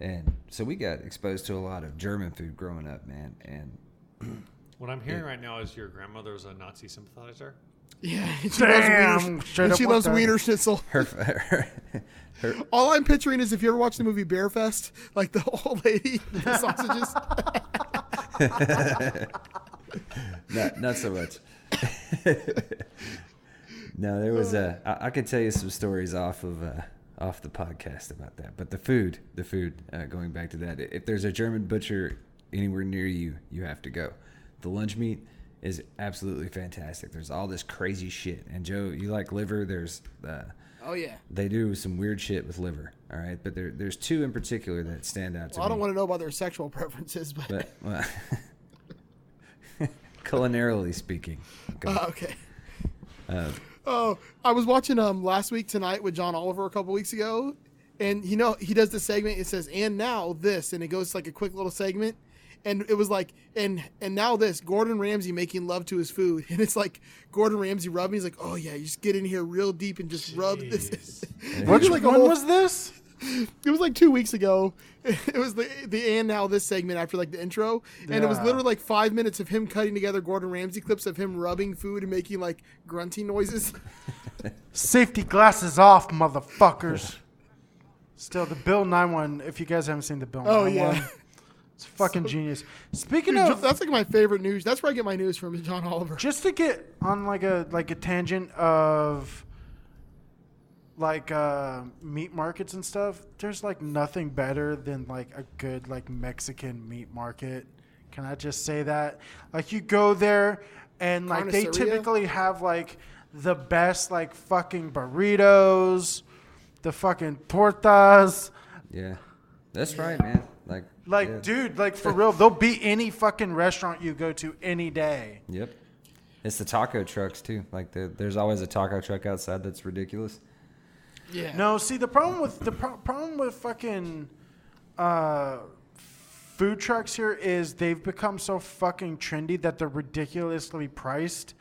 F: and so we got exposed to a lot of German food growing up, man. And
D: What I'm hearing right now is your grandmother was a Nazi sympathizer.
A: Yeah, and
E: Damn, straight
A: she loves wiener, and
E: up
A: she
E: what
A: loves
E: the-
A: wiener schnitzel.
F: her, her, her
A: All I'm picturing is if you ever watch the movie Bear Fest, like the old lady with the sausages.
F: not, not so much. no, there was a. I, I could tell you some stories off of uh, off the podcast about that. But the food, the food. Uh, going back to that, if there's a German butcher anywhere near you, you have to go. The lunch meat is absolutely fantastic. There's all this crazy shit. And Joe, you like liver? There's uh,
A: oh yeah.
F: they do some weird shit with liver. All right, but there, there's two in particular that stand out to
A: Well, I
F: me
A: don't want to know about their sexual preferences, but,
F: but well, culinarily speaking, okay.
A: Oh, okay.
E: Uh,
A: oh, I was watching um last week tonight with John Oliver a couple weeks ago, and you know he does the segment. It says and now this, and it goes like a quick little segment, and it was like and and now this Gordon Ramsay making love to his food, and it's like Gordon Ramsay rubbing. He's like, oh yeah, you just get in here real deep and just rub this.
E: Which
A: like a
E: one
A: whole-
E: was this?
A: it was like two weeks ago. It was the the and now this segment after like the intro, and it was
E: Yeah.
A: literally like five minutes of him cutting together Gordon Ramsay clips of him rubbing food and making like grunting noises.
E: Safety glasses off, motherfuckers. Still, the Bill Nine One. If you guys haven't seen the Bill
A: Oh,
E: Nine One,
A: yeah.
E: it's fucking genius. Speaking
A: Dude,
E: of,
A: that's like my favorite news. That's where I get my news from, is John Oliver.
E: just to get on like a like a tangent of like uh, meat markets and stuff there's like nothing better than like a good like mexican meat market can i just say that like you go there and like they
A: Carniceria?
E: typically have like the best like fucking burritos the fucking tortas
F: yeah, that's right, man. Like,
E: like
F: yeah,
E: dude like for real they'll beat any fucking restaurant you go to any day
F: yep. It's the taco trucks too. Like, the, there's always a taco truck outside that's ridiculous.
A: Yeah.
E: No, see the problem with the pro- problem with fucking uh, food trucks here is they've become so fucking trendy that they're ridiculously priced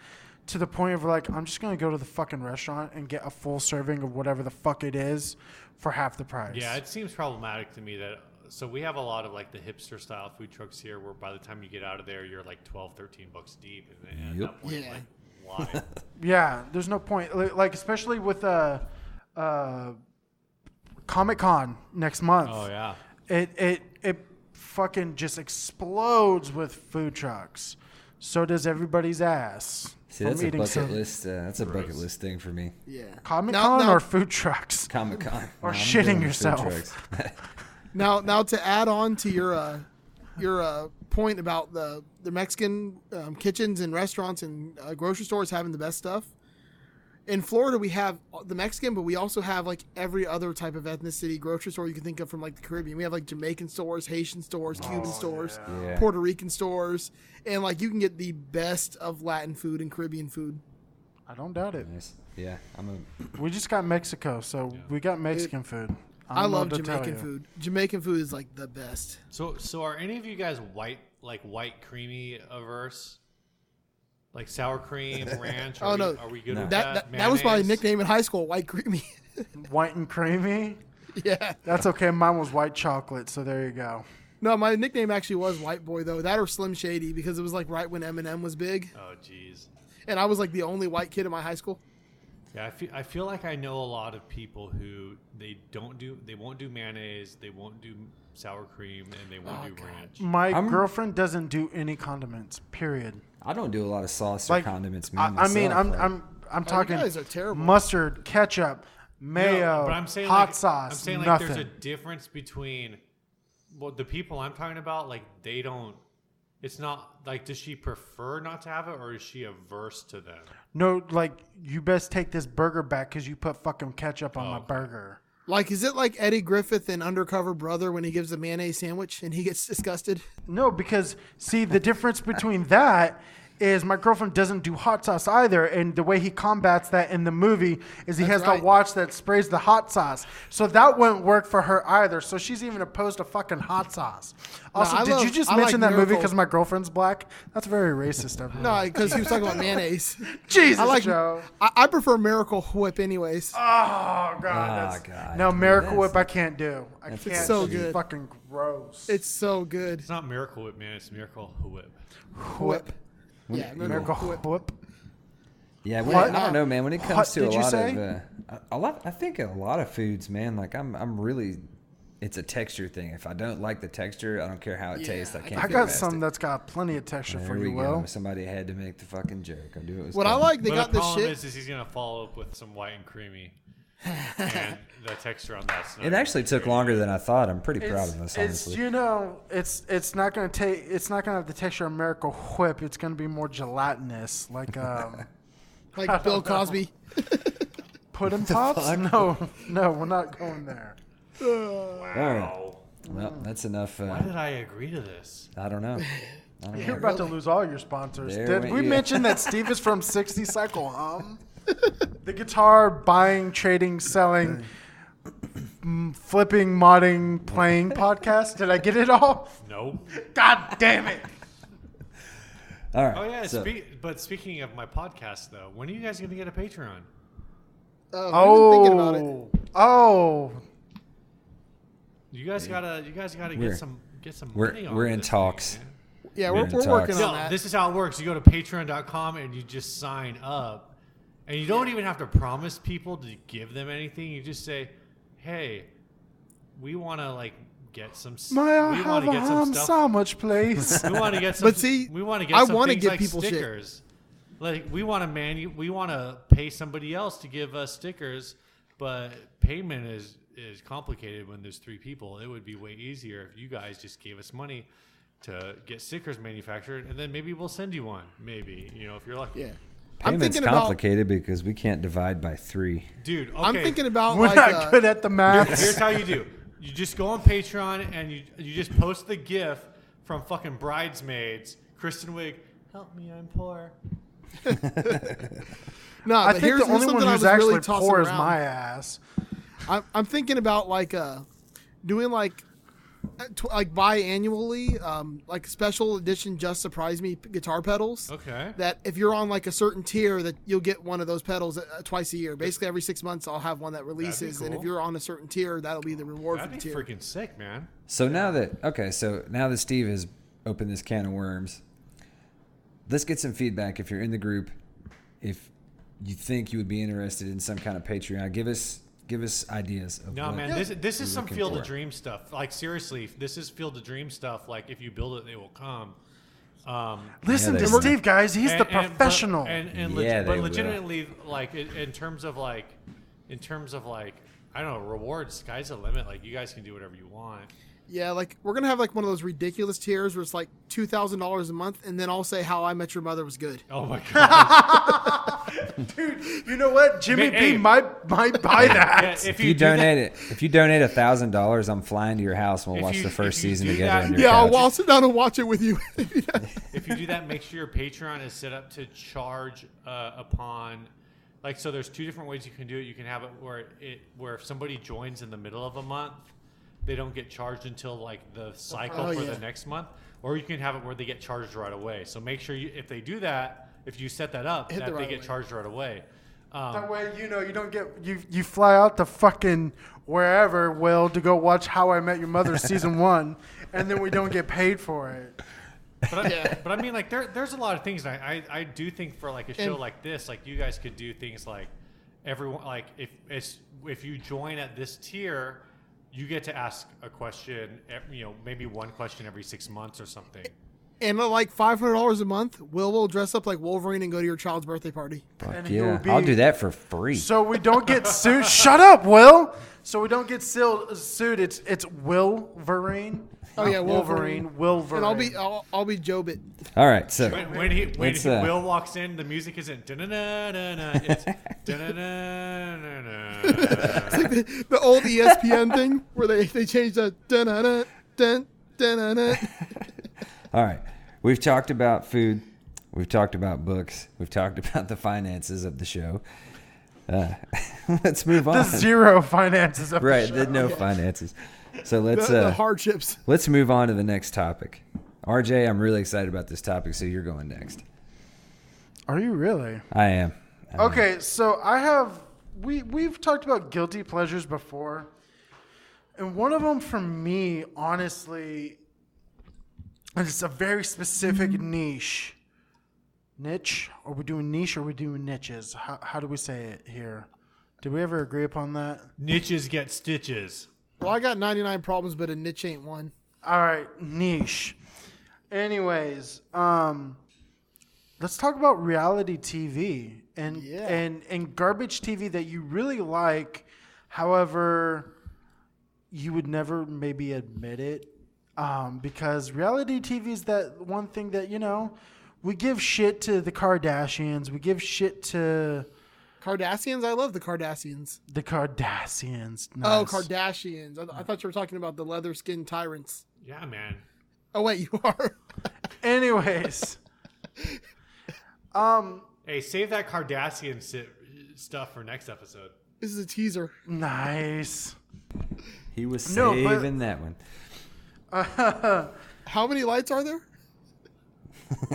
E: to the point of like I'm just gonna go to the fucking restaurant and get a full serving of whatever the fuck it is for half the price.
D: Yeah, it seems problematic to me that so we have a lot of like the hipster style food trucks here where by the time you get out of there you're like 12 13 bucks deep and then
F: Yep.
D: at that point
A: Yeah.
D: like why
E: Yeah, there's no point. Li- Like especially with uh, uh, Comic Con next month.
D: oh yeah
E: It it it fucking just explodes with food trucks. So does everybody's ass.
F: See,
E: from
F: that's a
E: eating
F: bucket
E: some-
F: list. Uh, that's a bucket list thing for me.
A: Yeah.
E: Comic
A: Now-
E: Con
A: now-
E: or food trucks?
F: Comic Con.
E: Or shitting yourself.
A: Now, now to add on to your uh, your uh, point about the the Mexican um, kitchens and restaurants and uh, grocery stores having the best stuff. In Florida, we have the Mexican, but we also have like every other type of ethnicity grocery store you can think of from like the Caribbean. We have like Jamaican stores, Haitian stores, Cuban stores,
F: Yeah.
A: Puerto Rican stores, and like you can get the best of Latin food and Caribbean food.
E: I don't doubt it.
F: Nice. Yeah, I'm a.
E: We just got Mexico, so we got Mexican food.
A: I,
E: don't know
A: love
E: what to tell
A: Jamaican
E: you.
A: food. Jamaican food is like the best.
D: so so are any of you guys white like white creamy averse like sour cream ranch are
A: Oh,
D: we,
A: no.
D: are we good
F: No.
D: with
A: That
D: that
A: that, that was my
D: Mayonnaise?
A: nickname in high school, White Creamy.
E: White and creamy.
A: yeah.
E: That's okay. Mine was white chocolate, so there you go.
A: No, my nickname actually was White Boy though. That or Slim Shady because it was like right when Eminem was big,
D: oh jeez
A: and I was like the only white kid in my high school.
D: Yeah, I feel, I feel like I know a lot of people who they don't do they won't do mayonnaise, they won't do sour cream, and they
A: Oh,
D: won't do ranch.
E: My
F: I'm-
E: girlfriend doesn't do any condiments. Period.
F: I don't do a lot of sauce
E: Like
F: or condiments.
E: I,
F: Man,
E: I mean,
F: myself,
E: I'm
F: like-
E: I'm I'm
A: Oh, you
E: talking
A: guys are terrible.
E: mustard, ketchup, mayo,
D: but I'm saying
E: hot
D: like,
E: sauce,
D: I'm saying like
E: nothing.
D: there's a difference between well the people I'm talking about, like they don't. It's not like does she prefer not to have it or is she averse to them?
E: No, like you best take this burger back because you put fucking ketchup on my
A: Oh.
E: burger.
A: Like, is it like Eddie Griffith in Undercover Brother when he gives a mayonnaise sandwich and he gets disgusted?
E: No, because see the difference between that is my girlfriend doesn't do hot sauce either, and the way he combats that in the movie is he has
A: right.
E: the watch that sprays the hot sauce. So that wouldn't work for her either. So she's even opposed to fucking hot sauce. Also,
A: I
E: did you
A: love-
E: just
A: I like
E: mention that movie
A: Miracle.
E: because my girlfriend's black? That's very racist of me.
A: No, because he was talking about mayonnaise.
E: Jesus,
A: I like.
E: Joe.
A: I, I prefer Miracle Whip anyways.
E: Oh god, that's,
F: Ah, God,
E: no
F: dude,
E: Miracle
F: that's-
E: Whip. I can't do. I can't.
A: It's so
E: It's
A: good.
E: Fucking gross.
A: It's so good.
D: It's not Miracle Whip, man. It's Miracle Whip.
A: Whip. Yeah, Miracle
E: Miracle
A: Whip.
E: Whip.
F: Yeah, when
E: What?
F: I don't know, man. When it comes
E: What
F: to a
E: did you
F: lot of
E: say?
F: uh, a- a lot, I think a lot of foods, man. Like I'm, I'm really, it's a texture thing. If I don't like the texture, I don't care how it tastes. I can't.
E: I
F: get
E: got
F: past
E: some
F: it.
E: that's got plenty of texture
F: There
E: for
F: we
E: you,
F: go.
E: Will.
F: Somebody had to make the fucking joke. I knew it was.
A: What I
F: coming.
A: like, they
D: but
A: got
D: the
A: this
D: problem
A: shit.
D: is, is he's gonna follow up with some white and creamy, and the texture on that's not
F: It actually took longer than I thought. I'm pretty proud of
E: It's,
F: us, honestly.
E: you know, it's it's not gonna take. It's not gonna have the texture of Miracle Whip. It's gonna be more gelatinous, like um,
A: like Bill Cosby.
E: pudding pops. No, no, we're not going there.
F: All right.
D: Oh,
F: Well, that's enough. Uh,
D: why did I agree to this?
F: I don't know.
E: You're about to lose all your sponsors.
F: There
E: Did
F: went
E: we
F: you.
E: mention that Steve is from 60 Cycle Hum? the guitar buying, trading, selling, m- flipping, modding, playing podcast. Did I get it all?
D: No.
E: God damn it!
F: All right.
D: Oh yeah,
F: so-
D: spe- but speaking of my podcast though, when are you guys gonna get a Patreon?
A: Uh, oh,
E: Oh,
A: thinking about it.
E: oh,
D: You guys gotta, you guys gotta
F: We're-
D: get some, get some
F: we're-
D: money. on
F: we're in
D: this
F: talks.
D: thing, man.
A: Yeah, we're,
F: Man,
A: we're
F: talks.
A: working on
D: No,
A: that.
D: this is how it works. You go to Patreon.com and you just sign up, and you don't even have to promise people to give them anything. You just say, "Hey, we want to like get some, s-
E: may I
D: we
E: have
D: want to
E: a
D: get some
E: ham
D: stuff.
E: sandwich, please?
D: we want to get some,
A: But see,
D: we want to
A: I
D: get some
A: wanna
D: things
A: give
D: like
A: people shit.
D: stickers. Like we want to manu- we want to pay somebody else to give us stickers, but payment is is complicated when there's three people. It would be way easier if you guys just gave us money to get stickers manufactured, and then maybe we'll send you one. Maybe you know if you're lucky.
A: yeah, I'm
F: Payment's
A: thinking about.
F: complicated because we can't divide by three.
D: Dude, okay.
A: I'm thinking about
E: we're
A: like.
E: not
A: uh,
E: good at the math.
D: Here's how you do. You just go on Patreon and you you just post the GIF from fucking bridesmaids. Kristen Wiig, help me, I'm poor.
A: No,
E: I
A: but
E: think
A: here's,
E: the
A: here's
E: only one
A: something I
E: who's
A: was really
E: actually
A: tossing
E: poor is
A: around.
E: my ass.
A: I'm, I'm thinking about like uh, doing like uh, tw- like biannually, um, like special edition just surprise me p- guitar pedals.
D: Okay.
A: That if you're on like a certain tier, that you'll get one of those pedals uh, twice a year. Basically, every six months, I'll have one that releases, and if
D: cool.
A: you're on a certain tier, that'll be the reward
D: That'd be
A: for the tier.
D: freaking sick, man.
F: So now that okay, so now that Steve has opened this can of worms, let's get some feedback. If you're in the group, if you think you would be interested in some kind of Patreon, give us give us ideas. Of
D: No,
F: what-
D: man, this this is some
F: looking
D: field
F: for.
D: of dream stuff. Like seriously, this is field of dream stuff. Like if you build it, they will come. Um,
E: Listen
F: they
E: to
F: will.
E: Steve, guys. He's the
D: and- and- but-
E: professional.
D: And, and,
F: Yeah,
D: leg-
F: they
D: but
F: will.
D: legitimately, like in, in terms of like, in terms of like, I don't know, rewards. Sky's the limit. Like you guys can do whatever you want.
A: Yeah, like we're gonna have like one of those ridiculous tiers where it's like two thousand dollars a month, and then I'll say how I met your mother was good.
D: Oh my god!
E: Dude, you know what? Jimmy
D: Hey,
E: B
D: hey.
E: might might buy that.
D: Yeah, if
F: If you
D: do that-
F: donate it, if you donate a thousand dollars, I'm flying to your house. and We'll
D: If
F: watch
D: you-
F: the first
D: if you
F: season
D: do
F: together.
D: that-
F: on your
A: Yeah, I'll,
F: couch.
A: well, I'll sit down and watch it with you.
D: if you do that, make sure your Patreon is set up to charge uh, upon. Like so, there's two different ways you can do it. You can have it where it where if somebody joins in the middle of a month, they don't get charged until like the cycle
A: Oh,
D: for
A: yeah.
D: the next month, or you can have it where they get charged right away. So make sure you if they do that, if you set that up,
A: Hit
D: that
A: the
D: they
A: right
D: get
A: away.
D: charged right away. Um,
E: That way, you know, you don't get you you fly out to fucking wherever, Will, to go watch How I Met Your Mother season one, and then we don't get paid for it.
D: But I, but I mean, like, there, there's a lot of things. And I, I, I do think for like a show
A: And-
D: like this, like you guys could do things like everyone, like if it's, if you join at this tier, you get to ask a question, ev- you know, maybe one question every six months or something.
A: and uh, like five hundred dollars a month, Will will dress up like Wolverine and go to your child's birthday party.
F: Fuck
E: and you'll
F: yeah,
E: be-
F: I'll do that for free.
E: So we don't get sued. Shut up, Will. So we don't get sealed, sued. It's it's Will Verine.
A: Oh yeah,
E: Wolverine,
A: Wolverine.
E: Wilverine.
A: And I'll be I'll, I'll be Jobit.
F: All right, so
D: When, when he, when
F: Let's,
D: he-
F: uh,
D: Will walks in, the music isn't da na na na na. It's da na na na na.
A: The old E ESPN thing where they they changed the dun dun dun dun dun.
F: All right. We've talked about food. We've talked about books. We've talked about the finances of the show. Uh, let's move
E: the
F: on.
E: zero finances. Of
F: right, the no finances. So
A: The,
F: let's
A: the
F: uh,
A: hardships.
F: let's move on to the next topic. RJ, I'm really excited about this topic, so you're going next.
E: Are you really?
F: I am. I am.
E: Okay, so I have we we've talked about guilty pleasures before, and one of them for me, honestly, and it's a very specific niche. Niche? Are we doing niche or are we doing niches? How, how do we say it here? Did we ever agree upon that?
D: Niches get stitches.
A: Well, I got ninety nine problems, but a niche ain't one.
E: All right, niche. Anyways, um, let's talk about reality TV and
A: Yeah.
E: and and garbage TV that you really like. However, you would never maybe admit it um, because reality TV is that one thing that you know we give shit to the Kardashians, we give shit to
A: Cardassians, I love the Cardassians.
E: the Kardashians.
A: Oh,
E: Nice.
A: Kardashians! I, I thought you were talking about the leather skinned tyrants.
D: Yeah, man.
A: Oh wait, you are.
E: Anyways,
D: Hey, save that Cardassian sit, stuff for next episode.
A: This is a teaser.
E: nice.
F: He was
E: No, but-
F: saving that one.
A: How many lights are there?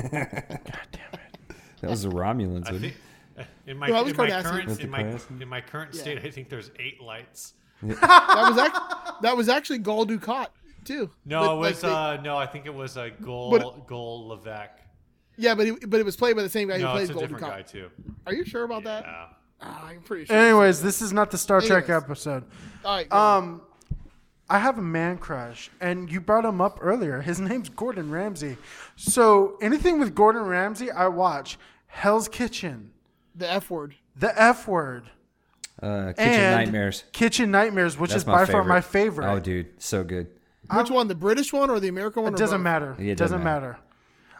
F: That was the Romulans.
D: I
F: wasn't
D: think
F: it?
D: in my,
A: No, that was
D: in my
A: Cardassian.
D: current
F: That's
D: in
F: the
D: my,
F: Cardassian.
D: in my current state, I think there's eight lights.
A: That was act- that was actually Gul Dukat too.
D: No,
A: With,
D: it was
A: like, the-
D: uh, no. I think it was a goal
A: But-
D: goal Levesque.
A: yeah, but it, but it was played by the same guy
D: No,
A: who plays
D: it's a
A: Gul
D: different
A: Dukat.
D: guy too.
A: Are you sure about that?
D: Yeah.
A: Ah, I'm pretty sure.
E: Anyways, this is not the Star Trek
A: Anyways.
E: episode.
A: All right,
E: Um, I have a man crush, and you brought him up earlier. His name's Gordon Ramsay. So anything with Gordon Ramsay, I watch. Hell's Kitchen,
A: the F word.
E: The F Word,
F: Uh, Kitchen
E: and
F: Nightmares.
E: Kitchen Nightmares, which
F: That's
E: is
F: my
E: by
F: favorite.
E: far my favorite.
F: Oh, dude, so good.
A: Which one, the British one or the American one?
E: It
A: or
E: doesn't
A: both?
E: matter.
F: Yeah, it
E: It doesn't,
F: doesn't
E: matter.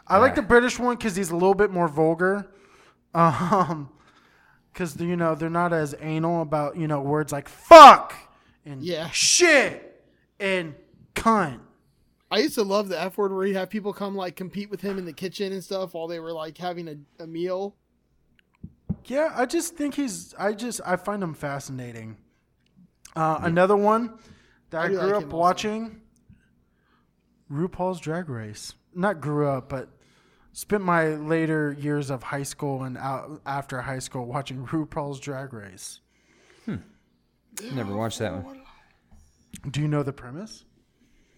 E: I like the British one because he's a little bit more vulgar. Um, because you know they're not as anal about you know words like fuck and
A: Yeah.
E: shit and cunt.
A: I used to love the F word where he'd have people come like compete with him in the kitchen and stuff while they were like having a, a meal.
E: Yeah, I just think he's. I just I find him fascinating. Uh, Another one that I,
A: I do
E: grew
A: like
E: up
A: him also.
E: watching RuPaul's Drag Race. Not grew up, but spent my later years of high school and out after high school watching RuPaul's Drag Race.
F: Never watched that one.
E: Do you know the premise?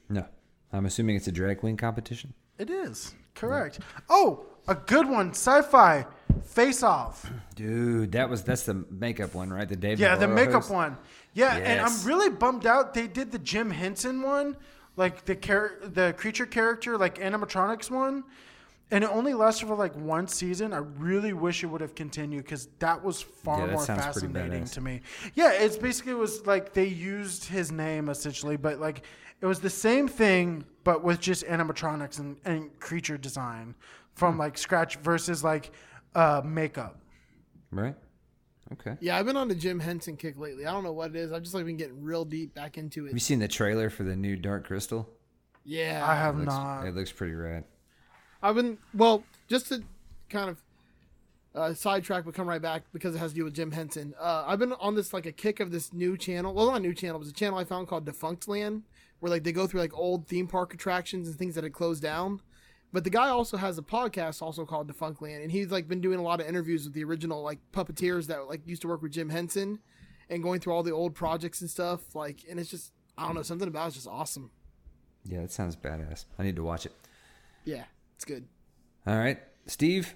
F: No. I'm assuming it's a drag queen competition.
E: It is. Correct. Oh, a good one. Sci fi. Face Off.
F: Dude, that was that's the makeup one, right? The Dave.
E: Yeah, the
F: Navarro
E: makeup
F: host?
E: one. Yeah, and
F: Yes.
E: I'm really bummed out they did the Jim Henson one, like the char- the creature character, like animatronics one, and it only lasted for like one season. I really wish it would have continued because that was far
F: Yeah, that
E: more
F: sounds pretty
E: fascinating
F: badass.
E: to me. Yeah, it's basically was like they used his name essentially, but like it was the same thing, but with just animatronics and, and creature design
F: Hmm.
E: from like scratch versus like uh, makeup.
F: Right? Okay. Have
A: Yeah, I've been on the Jim Henson kick lately. I don't know what it is. I've just like been getting real deep back into
F: you
A: it.
F: seen the trailer for the new Dark Crystal?
A: Yeah.
E: I have
F: Looks-
E: not.
F: It looks pretty rad.
A: I've been well, just to kind of uh, sidetrack, but come right back because it has to do with Jim Henson. Uh, I've been on this like a kick of this new channel. Well, not a new channel, it was a channel I found called Defunct Land, where like they go through like old theme park attractions and things that had closed down. But the guy also has a podcast also called Defunct Land, and he's like been doing a lot of interviews with the original like puppeteers that like used to work with Jim Henson, and going through all the old projects and stuff. Like, and it's just I don't know something about it's just awesome.
F: Yeah, that sounds badass. I need to watch it.
A: Yeah, it's good.
F: All right, Steve,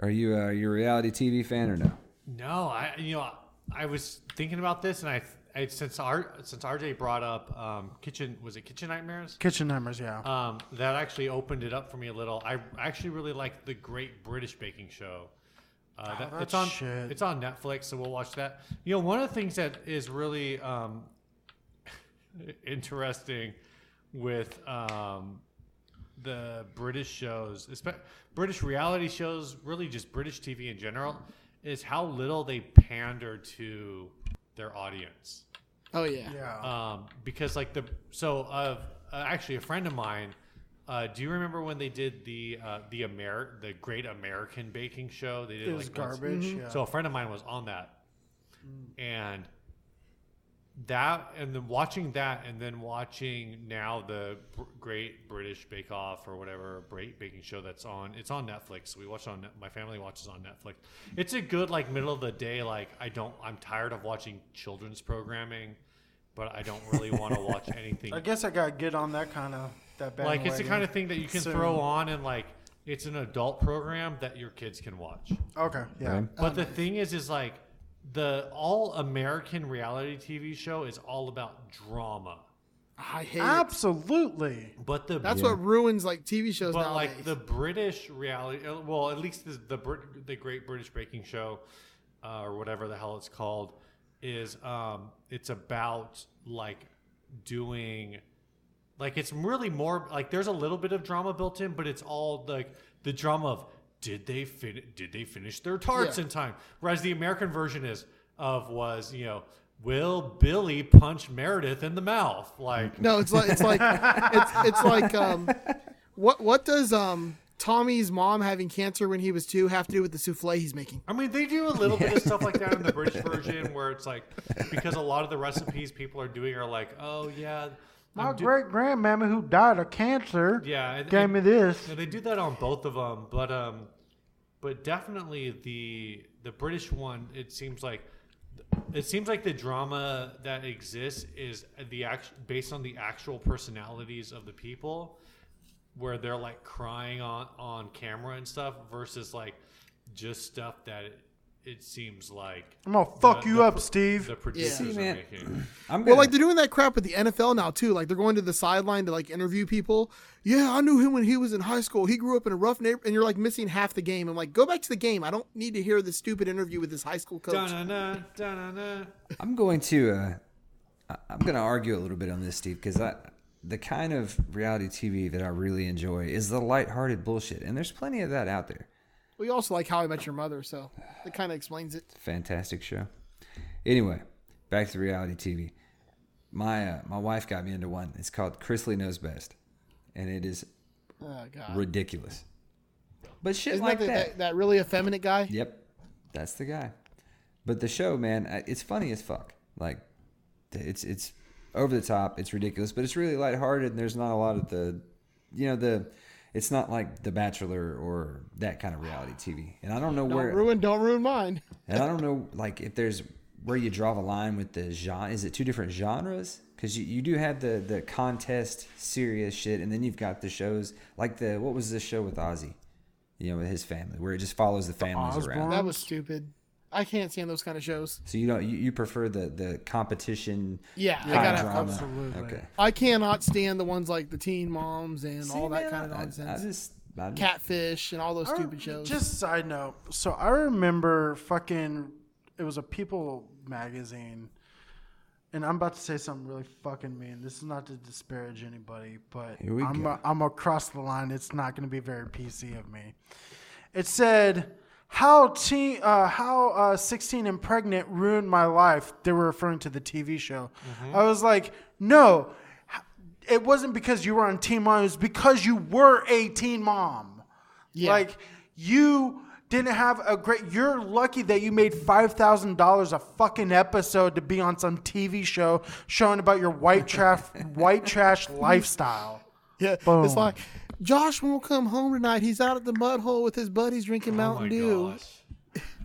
F: are you uh, you a reality TV fan or no?
D: No, I you know I was thinking about this, and I, I since R, since RJ brought up um, kitchen was it kitchen nightmares
E: Kitchen Nightmares, yeah.
D: um, that actually opened it up for me a little. I actually really like the Great British Baking Show. Uh, that,
E: that's
D: it's on
E: Oh, shit.
D: it's on Netflix, so we'll watch that. You know, one of the things that is really um, interesting with um, the British shows, espe- British reality shows, really just British TV in general, is how little they pander to their audience
A: Oh yeah.
E: yeah.
D: um, because like the so of uh, actually a friend of mine. Uh, do you remember when they did the uh, the Amer the Great American Baking Show? They did
E: it was
D: like once-
E: garbage. Yeah.
D: So a friend of mine was on that, and that and then watching that and then watching now the Br- Great British Bake Off or whatever great baking show that's on. It's on Netflix. We watch on Net- my family watches on Netflix. It's a good like middle of the day. Like I don't. I'm tired of watching children's programming, but I don't really want to watch anything
E: I guess I gotta get on that kind of that bad.
D: like it's the kind of thing that you can
E: So-
D: throw on and like it's an adult program that your kids can watch.
E: Okay, yeah.
D: But the thing is, is like the all American reality TV show is all about drama.
A: I hate. it.
E: Absolutely.
D: But the
A: That's what ruins like TV shows
D: but
A: nowadays.
D: like the British reality, uh, well, at least the the, Brit- the Great British Baking Show, uh, or whatever the hell it's called, is um, it's about like doing, like it's really more like there's a little bit of drama built in, but it's all like the drama of did they fin- did they finish their tarts
A: Yeah.
D: in time? Whereas the American version is of was you know. Will Billy punch Meredith in the mouth? Like
A: no, it's like it's like it's it's like um, what what does um Tommy's mom having cancer when he was two have to do with the souffle he's making?
D: I mean, they do a little bit of stuff like that in the British version, where it's like because a lot of the recipes people are doing are like, oh yeah,
E: My
D: I'm do-
E: great grandmammy who died of cancer
D: yeah, and-
E: gave
D: and-
E: me this.
D: Yeah, they do that on both of them, but um, but definitely the the British one. It seems like it seems like the drama that exists is the act based on the actual personalities of the people, where they're like crying on on camera and stuff versus like just stuff that it, it seems like
E: I'm gonna fuck
D: the-
E: you
D: the
E: up,
D: pro-
E: Steve.
D: the producers
F: See,
D: are
F: man.
D: making.
A: Well,
F: I'm gonna,
A: like they're doing that crap with the NFL now too. Like they're going to the sideline to like interview people. Yeah, I knew him when he was in high school. He grew up in a rough neighborhood, and you're like missing half the game. I'm like, go back to the game. I don't need to hear this stupid interview with this high school coach.
D: Da-na-na, da-na-na.
F: I'm going to uh, I- I'm going to argue a little bit on this, Steve, because I the kind of reality TV that I really enjoy is the lighthearted bullshit, and there's plenty of that out there.
A: We also like How I Met Your Mother, so that kind of explains it.
F: fantastic show. Anyway, back to reality TV. My uh, my wife got me into one. It's called Chrisley Knows Best, and it is
A: Oh god,
F: ridiculous. But shit
A: isn't
F: like
A: that, the-
F: that.
A: that that really effeminate guy?
F: Yep, that's the guy. But the show, man, I- it's funny as fuck. Like It's it's over the top. It's ridiculous, but it's really lighthearted. And there's not a lot of the, you know, the. It's not like The Bachelor or that kind of reality TV. And I don't know
A: Don't
F: where.
A: ruin, don't ruin mine.
F: And I don't know, like, if there's where you draw the line with the genre. Is it two different genres? Because you, you do have the the contest serious shit, and then you've got the shows like the what was this show with Ozzy? You know, with his family, where it just follows the families around.
A: That was stupid. I can't stand those kind of shows.
F: So you don't you, you prefer the the competition?
A: Yeah, I
F: high
A: gotta have
F: drama.
E: absolutely.
F: Okay.
A: I cannot stand the ones like the Teen Moms and all
F: See,
A: that
F: man,
A: kind of
F: I-
A: nonsense.
F: I, just I,
A: Catfish and all those
E: I
A: stupid
E: rem-
A: shows.
E: Just side note. So I remember fucking. It was a People magazine, and I'm about to say something really fucking mean. This is not to disparage anybody, but
F: we
E: I'm
F: go.
E: i I'm across the line. It's not going to be very PC of me. It said how teen, uh, how uh, 16 and pregnant ruined my life. They were referring to the TV show.
A: Mm-hmm.
E: I was like, no. h- It wasn't because you were on Teen Mom. It was because you were a Teen Mom.
A: Yeah.
E: Like you didn't have a great. You're lucky that you made five thousand dollars a fucking episode to be on some TV show showing about your white trash white trash lifestyle.
A: yeah,
E: boom.
A: it's like Josh won't come home tonight. He's out at the mud hole with his buddies drinking
D: Oh my
A: Mountain Dew.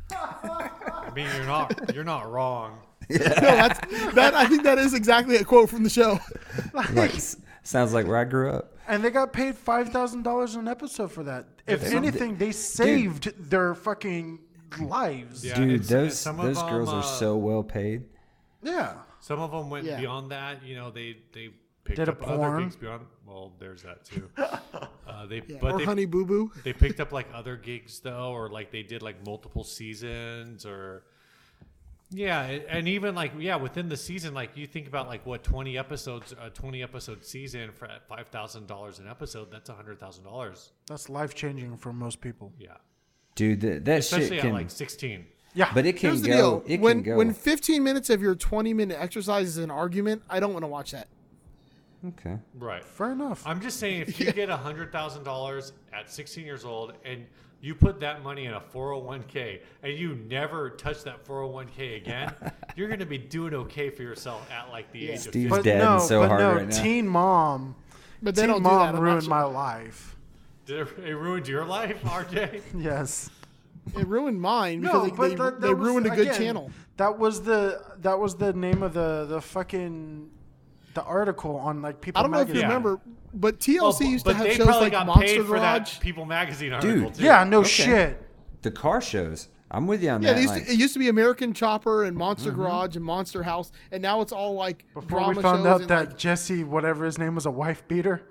D: gosh. I mean, you're not you're not wrong.
A: No, that's that. I think that is exactly a quote from the show.
F: like, s- sounds like where I grew up.
E: And they got paid five thousand dollars an episode for that. If
F: they-
E: anything, they saved their fucking lives. Yeah.
D: Yeah,
F: Dude,
D: it's-
F: those
D: some of
F: those
D: them,
F: girls
D: uh,
F: are so well paid.
D: Some of them went
A: Yeah.
D: beyond that. You know, they they picked
E: Did a
D: up other
E: porn.
D: gigs beyond. Well, there's that too. Uh, they but
A: or
D: they,
A: Honey Boo Boo.
D: they picked up like other gigs though, or like they did like multiple seasons, or yeah, a- and even like yeah, within the season, like you think about like what twenty episodes, a twenty episode season for five thousand dollars an episode, that's a hundred thousand dollars.
E: That's life changing for most people.
D: Yeah,
F: Dude, that that
D: especially
F: shit
D: at
F: can.
D: like sixteen.
E: Yeah.
F: but it can
A: Here's the
F: go.
A: deal:
F: It
A: when
F: can go.
A: when 15 minutes of your 20 minute exercise is an argument, I don't want to watch that.
F: okay.
D: Right.
E: Fair enough.
D: I'm just saying, if you get hundred thousand dollars at 16 years old and you put that money in a 401k and you never touch that 401k again, you're going to be doing okay for yourself at like the age of 50.
F: Steve's
E: but
F: dead
E: no,
F: and so
E: but
F: hard
E: no,
F: right now.
E: Teen Mom.
A: But they
E: teen
A: don't do
E: Mom
A: that. I'm
E: ruined
A: not
E: my
A: sure-
E: life.
D: Did it, it ruined your life, RJ?
E: Yes.
A: It ruined mine because they, they,
E: that- that
A: they
E: was-
A: ruined a good
E: again,
A: channel.
E: That was the that was the name of the the fucking the article on like people.
A: I don't know if you
E: magazine.
D: Yeah.
A: remember, but TLC used to
D: but
A: have
D: they
A: shows
D: probably
A: like
D: got
A: Monster
D: paid for
A: Garage.
D: that People Magazine article
F: Dude.
D: too.
E: Yeah, no
F: Okay.
E: shit.
F: The car shows. I'm with you on
A: Yeah, eh,
F: that.
A: they used
F: like-
A: to, it used to be American Chopper and Monster Garage and Monster House, and now it's all like
E: Before
A: drama
E: we found
A: shows.
E: out
A: and
E: that
A: like,
E: Jesse, whatever his name was, a wife beater.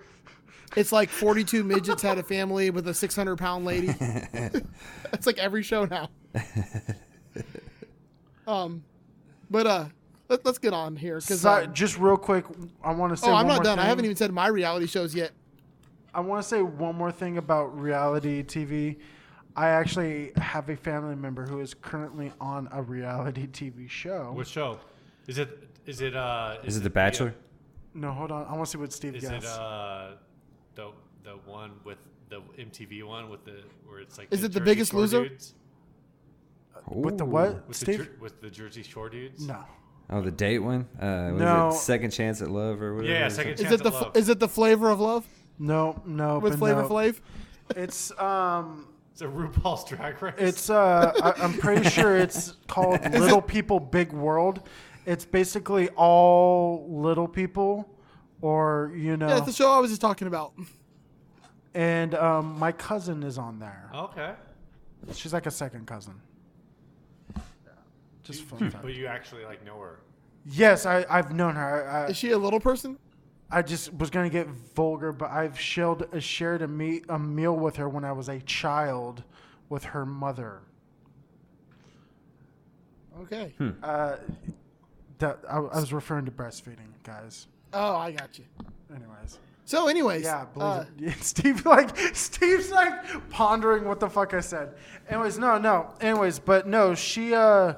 A: it's like 42 midgets had a family with a 600 pound lady. That's like every show now. um, but uh, let, let's get on here because
E: So, just real quick, I want to say.
A: oh,
E: one
A: I'm not
E: more
A: done. I
E: thing.
A: haven't even said my reality shows yet.
E: I want to say one more thing about reality TV. I actually have a family member who is currently on a reality TV show.
D: What show? Is it? Is it? Uh,
F: Is it The Bachelor?
E: no, hold on. I want to see what Steve
D: Is
E: guessed.
D: it uh, the the one with the MTV one with the where it's like
A: Is it The
D: Jersey
A: Biggest
D: Shore
A: Loser?
D: dudes?
E: With the
F: Ooh.
E: what,
D: With the,
E: Steve?
D: Jer- with the Jersey Shore dudes?
E: no.
F: Oh, the date one. Uh, what is
E: No.
F: it Second Chance at Love or whatever.
D: Yeah,
F: it is?
D: second
A: Is
D: chance.
A: it the
D: at
A: f-
D: love.
A: is it the flavor of love
E: No, no.
A: with
E: but
A: Flavor
E: no.
A: Flav?
E: It's um,
D: It's a RuPaul's Drag Race.
E: it's uh, I, I'm pretty sure it's called Little People, Big World. It's basically all little people, or you know,
A: Yeah, that's the show I was just talking about.
E: and um, my cousin is on there.
D: okay,
E: She's like a second cousin. Just fun fact.
D: but you actually like know her.
E: Yes, I, I've known her. I, I,
A: Is she a little person?
E: I just was gonna get vulgar, but I've shared uh, shared a me a meal with her when I was a child, with her mother.
A: Okay.
F: Hmm.
E: That I, I was referring to breastfeeding, guys.
A: Oh, I got you.
E: Anyways,
A: So, anyways,
E: yeah,
A: uh,
E: believe it. Steve like Steve's like pondering what the fuck I said. Anyways, no, no. Anyways, but no, she uh,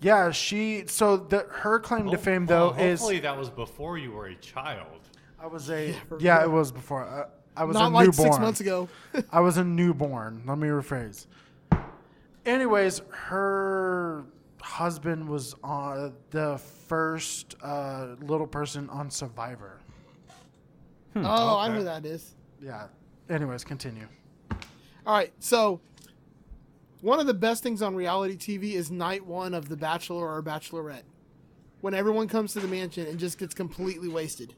E: yeah, she. So the her claim
A: Oh,
E: to fame though
D: Well,
E: is
D: hopefully that was before you were a child.
E: I was a yeah,
A: for
E: it was before. Uh, I was
A: not
E: a
A: like
E: newborn.
A: six months ago. Oh,
E: I was a newborn. Let me rephrase. Anyways, her husband was on the first uh, little person on Survivor.
A: Oh, I know who that is.
E: Yeah. Anyways, continue.
A: All right, so one of the best things on reality TV is night one of The Bachelor or Bachelorette, when everyone comes to the mansion and just gets completely wasted.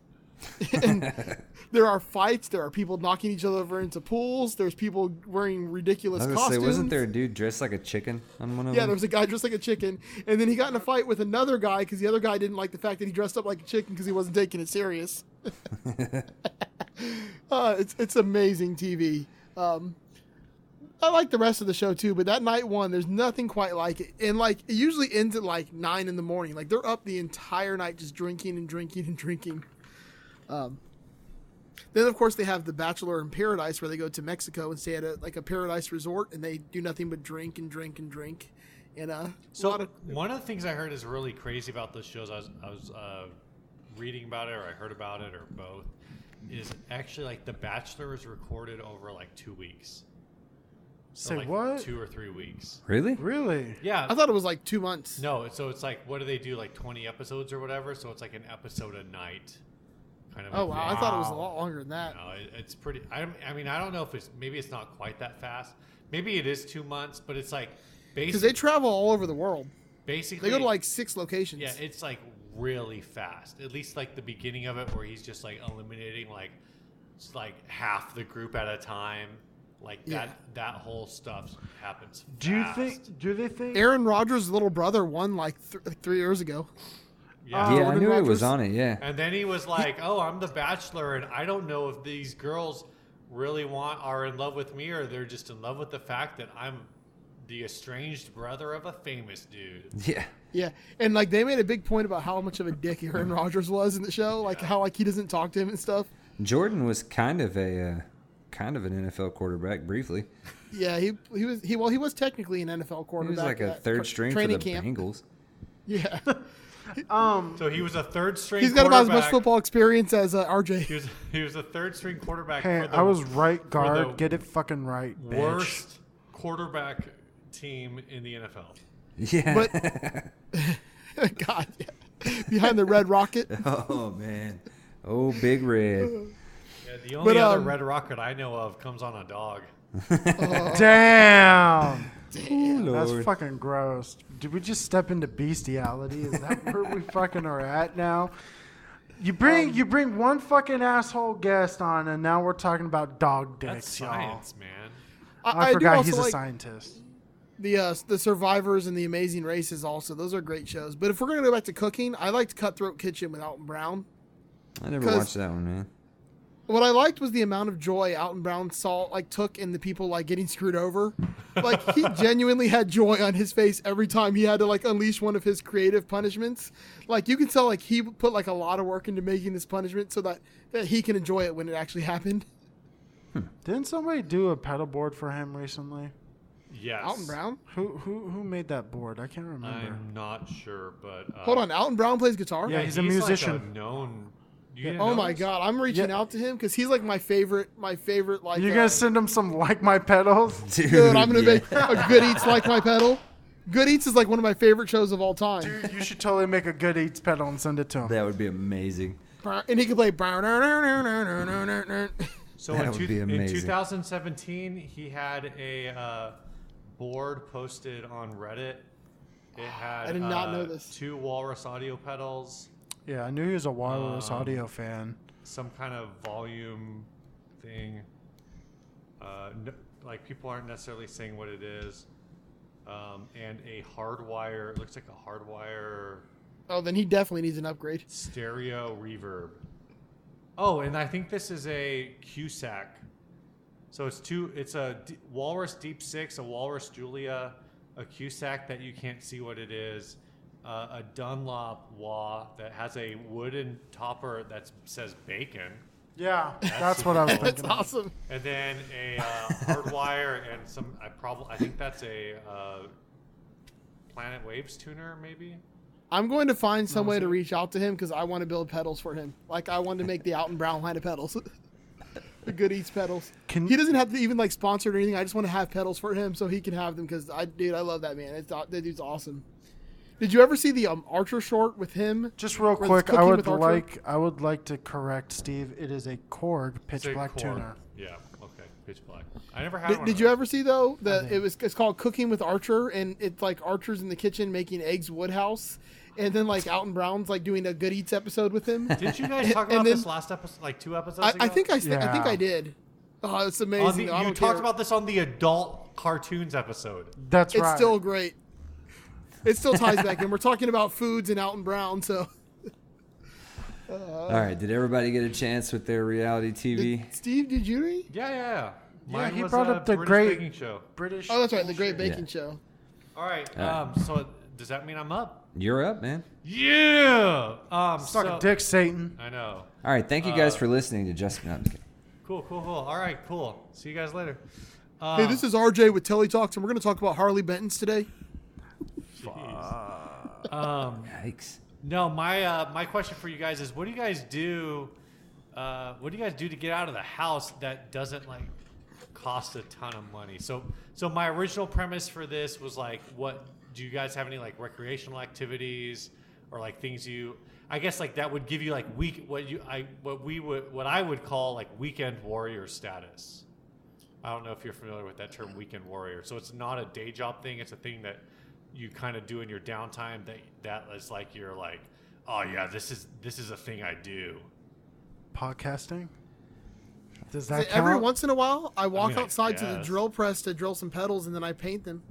A: and there are fights. There are people knocking each other over into pools. There's people wearing ridiculous
F: I was gonna
A: costumes.
F: say, wasn't there a dude dressed like a chicken on one of
A: Yeah,
F: them?
A: there was a guy dressed like a chicken, and then he got in a fight with another guy because the other guy didn't like the fact that he dressed up like a chicken because he wasn't taking it serious. uh, it's it's amazing TV. Um, I like the rest of the show too, but that night one, there's nothing quite like it, and like it usually ends at like nine in the morning. Like they're up the entire night just drinking and drinking and drinking. Um, then of course they have the Bachelor in Paradise where they go to Mexico and stay at a, like a paradise resort and they do nothing but drink and drink and drink. And uh, a lot
D: So
A: of,
D: one of the things I heard is really crazy about those shows. I was, I was uh, reading about it, or I heard about it, or both. Is actually like The Bachelor is recorded over like two weeks. So,
E: Say
D: like,
E: what?
D: Two or three weeks.
F: really?
E: Really?
D: Yeah.
A: I thought it was like two months.
D: no. So it's like what do they do? Like twenty episodes or whatever. So it's like an episode a night. Kind of. a
A: Oh wow, I thought it was a
E: Wow.
A: lot longer than that.
D: No, it, it's pretty. I, don't- I mean, I don't know if it's maybe it's not quite that fast. Maybe it is two months, but it's like
A: Because they
D: basically,
A: travel all over the world.
D: basically
A: They go to like six locations.
D: yeah, it's like really fast. At least like the beginning of it, where he's just like eliminating like s- like half the group at a time. Like that
A: Yeah.
D: that whole stuff happens.
E: Do you
D: fast.
E: think? Do they think? uh,
A: Aaron Rodgers' little brother won like th- like three years ago.
D: Yeah.
F: yeah, I
A: Jordan
F: knew it
A: Rogers.
F: was on it. Yeah,
D: And then he was like, "Oh, I'm the bachelor, and I don't know if these girls really want are in love with me, or they're just in love with the fact that I'm the estranged brother of a famous dude."
F: yeah.
A: Yeah, and like they made a big point about how much of a dick Aaron Rodgers was in the show, like how like he doesn't talk to him and stuff.
F: Jordan was kind of a uh, kind of an NFL quarterback briefly.
A: Yeah, he he was he well he was technically an NFL
F: He
A: quarterback.
F: was like a
A: at
F: third
A: tra-
F: string for the
A: training camp.
F: Bengals.
A: Yeah,
D: So he was a third string.
A: he's got about as much
D: quarterback.
A: football experience as uh, RJ.
D: He was he was a third string quarterback.
E: Hey,
D: for the
E: I was right guard.
D: the
E: Get it fucking right, bitch.
D: worst quarterback team in the NFL.
F: Yeah.
A: But God, yeah. behind the red rocket.
F: oh man. Oh, big red.
D: Yeah, the only other
A: um,
D: Red Rocket I know of comes on a dog.
E: Damn. That's
F: Lord.
E: fucking gross. Did we just step into bestiality? Is that where we fucking are at now? You bring
D: Um,
E: you bring one fucking asshole guest on, and now we're talking about dog dicks,
D: That's
E: y'all.
D: science, man.
E: I,
A: do
E: forgot
A: also
E: he's a
A: like
E: scientist.
A: the uh, the survivors and the amazing races. Also, those are great shows. But if we're gonna go back to cooking, I liked Cutthroat Kitchen with Alton Brown.
F: I never
A: 'Cause-
F: watched that one, man.
A: What I liked was the amount of joy Alton Brown saw like took in the people like getting screwed over. Like he genuinely had joy on his face every time he had to like unleash one of his creative punishments. Like you can tell like he put like a lot of work into making this punishment so that that he can enjoy it when it actually happened.
E: Didn't somebody do a pedal board for him recently?
D: Yes.
A: Alton Brown.
E: Who who who made that board? I can't remember.
D: I'm not sure, but uh,
A: Hold on, Alton Brown plays guitar.
E: Yeah, he's a
D: like
E: musician.
D: known. you didn't
A: Oh
D: know
A: my
D: this?
A: god, I'm reaching
E: Yeah.
A: out to him because he's like my favorite. My favorite like
E: you
A: uh,
E: guys send him some like my pedals.
F: Dude,
A: Dude, I'm gonna
F: yeah.
A: make a Good Eats like my pedal. Good Eats is like one of my favorite shows of all time.
E: Dude, you should totally make a good eats pedal and send it to him.
F: That would be amazing.
A: And he can play. Yeah,
D: So
F: That
D: in,
F: would
D: two,
F: be
D: in
F: amazing.
D: 2017, he had a uh, board posted on Reddit. It had
A: did not
D: uh,
A: know this.
D: two walrus audio pedals,
E: Yeah, I knew he was a wireless audio fan.
D: some kind of volume thing. Uh, n like people aren't necessarily saying what it is, um, and a hardwire. It looks like a hardwire
A: Oh, then he definitely needs an upgrade.
D: stereo reverb. Oh, and I think this is a Cusack. So it's two. It's a D- Walrus Deep Six, a Walrus Julia, a Cusack that you can't see what it is, uh, a Dunlop wah that has a wooden topper that says bacon,
E: Yeah, that's what I was
A: That's
E: thinking. of.
A: awesome.
D: and then a uh, hardwire and some. I probably I think that's a uh, Planet Waves tuner maybe.
A: I'm going to find some way to reach out to him because I want to build pedals for him. Like I want to make the Alton Brown line of pedals, the Good Eats pedals.
E: Can-
A: he doesn't have to even like sponsor it or anything. I just want to have pedals for him so he can have them because I, dude, I love that man. It's aw- that dude's awesome. Did you ever see the um, Archer short with him?
E: Just real
A: Where it's
E: quick, I
A: cooking
E: would
A: with Archer?
E: like I would like to correct Steve. It is a Korg pitch
D: Say
E: black
D: corn.
E: tuna.
D: Yeah. Okay. Pitch black. I never had
A: Did,
D: one.
A: did you ever see though that it was it's called Cooking with Archer and it's like Archer's in the kitchen making eggs Woodhouse, and then like Alton Brown's like doing a Good Eats episode with him.
D: Did you guys talk
A: And
D: about
A: then-
D: this last episode, like two episodes
A: I,
D: ago?
A: I think I, th- I think
E: Yeah.
A: I did. Oh, it's
D: On the-
A: amazing. I
D: you
A: don't
D: talked
A: care.
D: about this on the adult cartoons episode.
E: That's
A: It's
E: right.
A: still great. It still ties back in. We're talking about foods and Alton Brown, so Uh,
F: All right, did everybody get a chance with their reality TV?
A: Steve, did you? read?
D: Yeah, yeah, yeah. Mine
E: he
D: was
E: brought
D: a
E: up the
D: British
E: great-
D: baking show.
E: British.
A: Oh, that's right, the Great
E: bullshit.
A: Baking Show.
D: All right. Um, so does that mean I'm up?
F: You're up, man.
D: Yeah. Um,
E: Suck
D: so-
E: a dick, Satan.
D: I know.
F: All right, thank you
D: Uh,
F: guys for listening to Justin. No, I'm just kidding.
D: Cool, cool, cool. All right, cool. See you guys later. Uh,
A: Hey, this is RJ with Telly Talks, and we're going to talk about Harley Benton's today.
F: Yikes.
D: No, my uh, my question for you guys is: What do you guys do? Uh, what do you guys do to get out of the house that doesn't like cost a ton of money? So, so my original premise for this was like, what do you guys have any like recreational activities or like things you? I guess like that would give you like week what you I what we would what I would call like weekend warrior status. I don't know if you're familiar with that term, weekend warrior. So it's not a day job thing. It's a thing that you kind of do in your downtime. That that is like you're like, oh yeah, this is this is a thing I do.
E: Podcasting. Does
A: So
E: that count?
A: Every once in a while, I walk
D: mean, I
A: outside to the
D: guess.
A: drill press to drill some pedals, and then I paint them.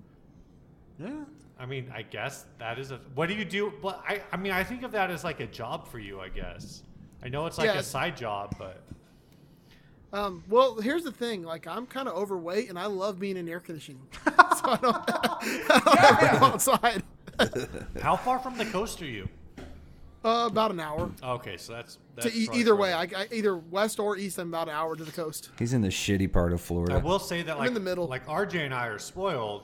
E: yeah.
D: I mean, I guess that is a. What do you do? But I, I mean, I think of that as like a job for you. I guess. I know it's like
A: Yeah.
D: a side job, but
A: Um, well, here's the thing: like I'm kind of overweight, and I love being in air conditioning, so I don't, I don't ever go outside.
D: how far from the coast are you?
A: Uh, about an hour.
D: Okay, so that's, that's
A: To e-
D: probably
A: either
D: far.
A: way, I, I either west or east. I'm about an hour to the coast.
F: He's in the shitty part of Florida.
D: I will say that like
A: in the middle.
D: Like RJ and I are spoiled.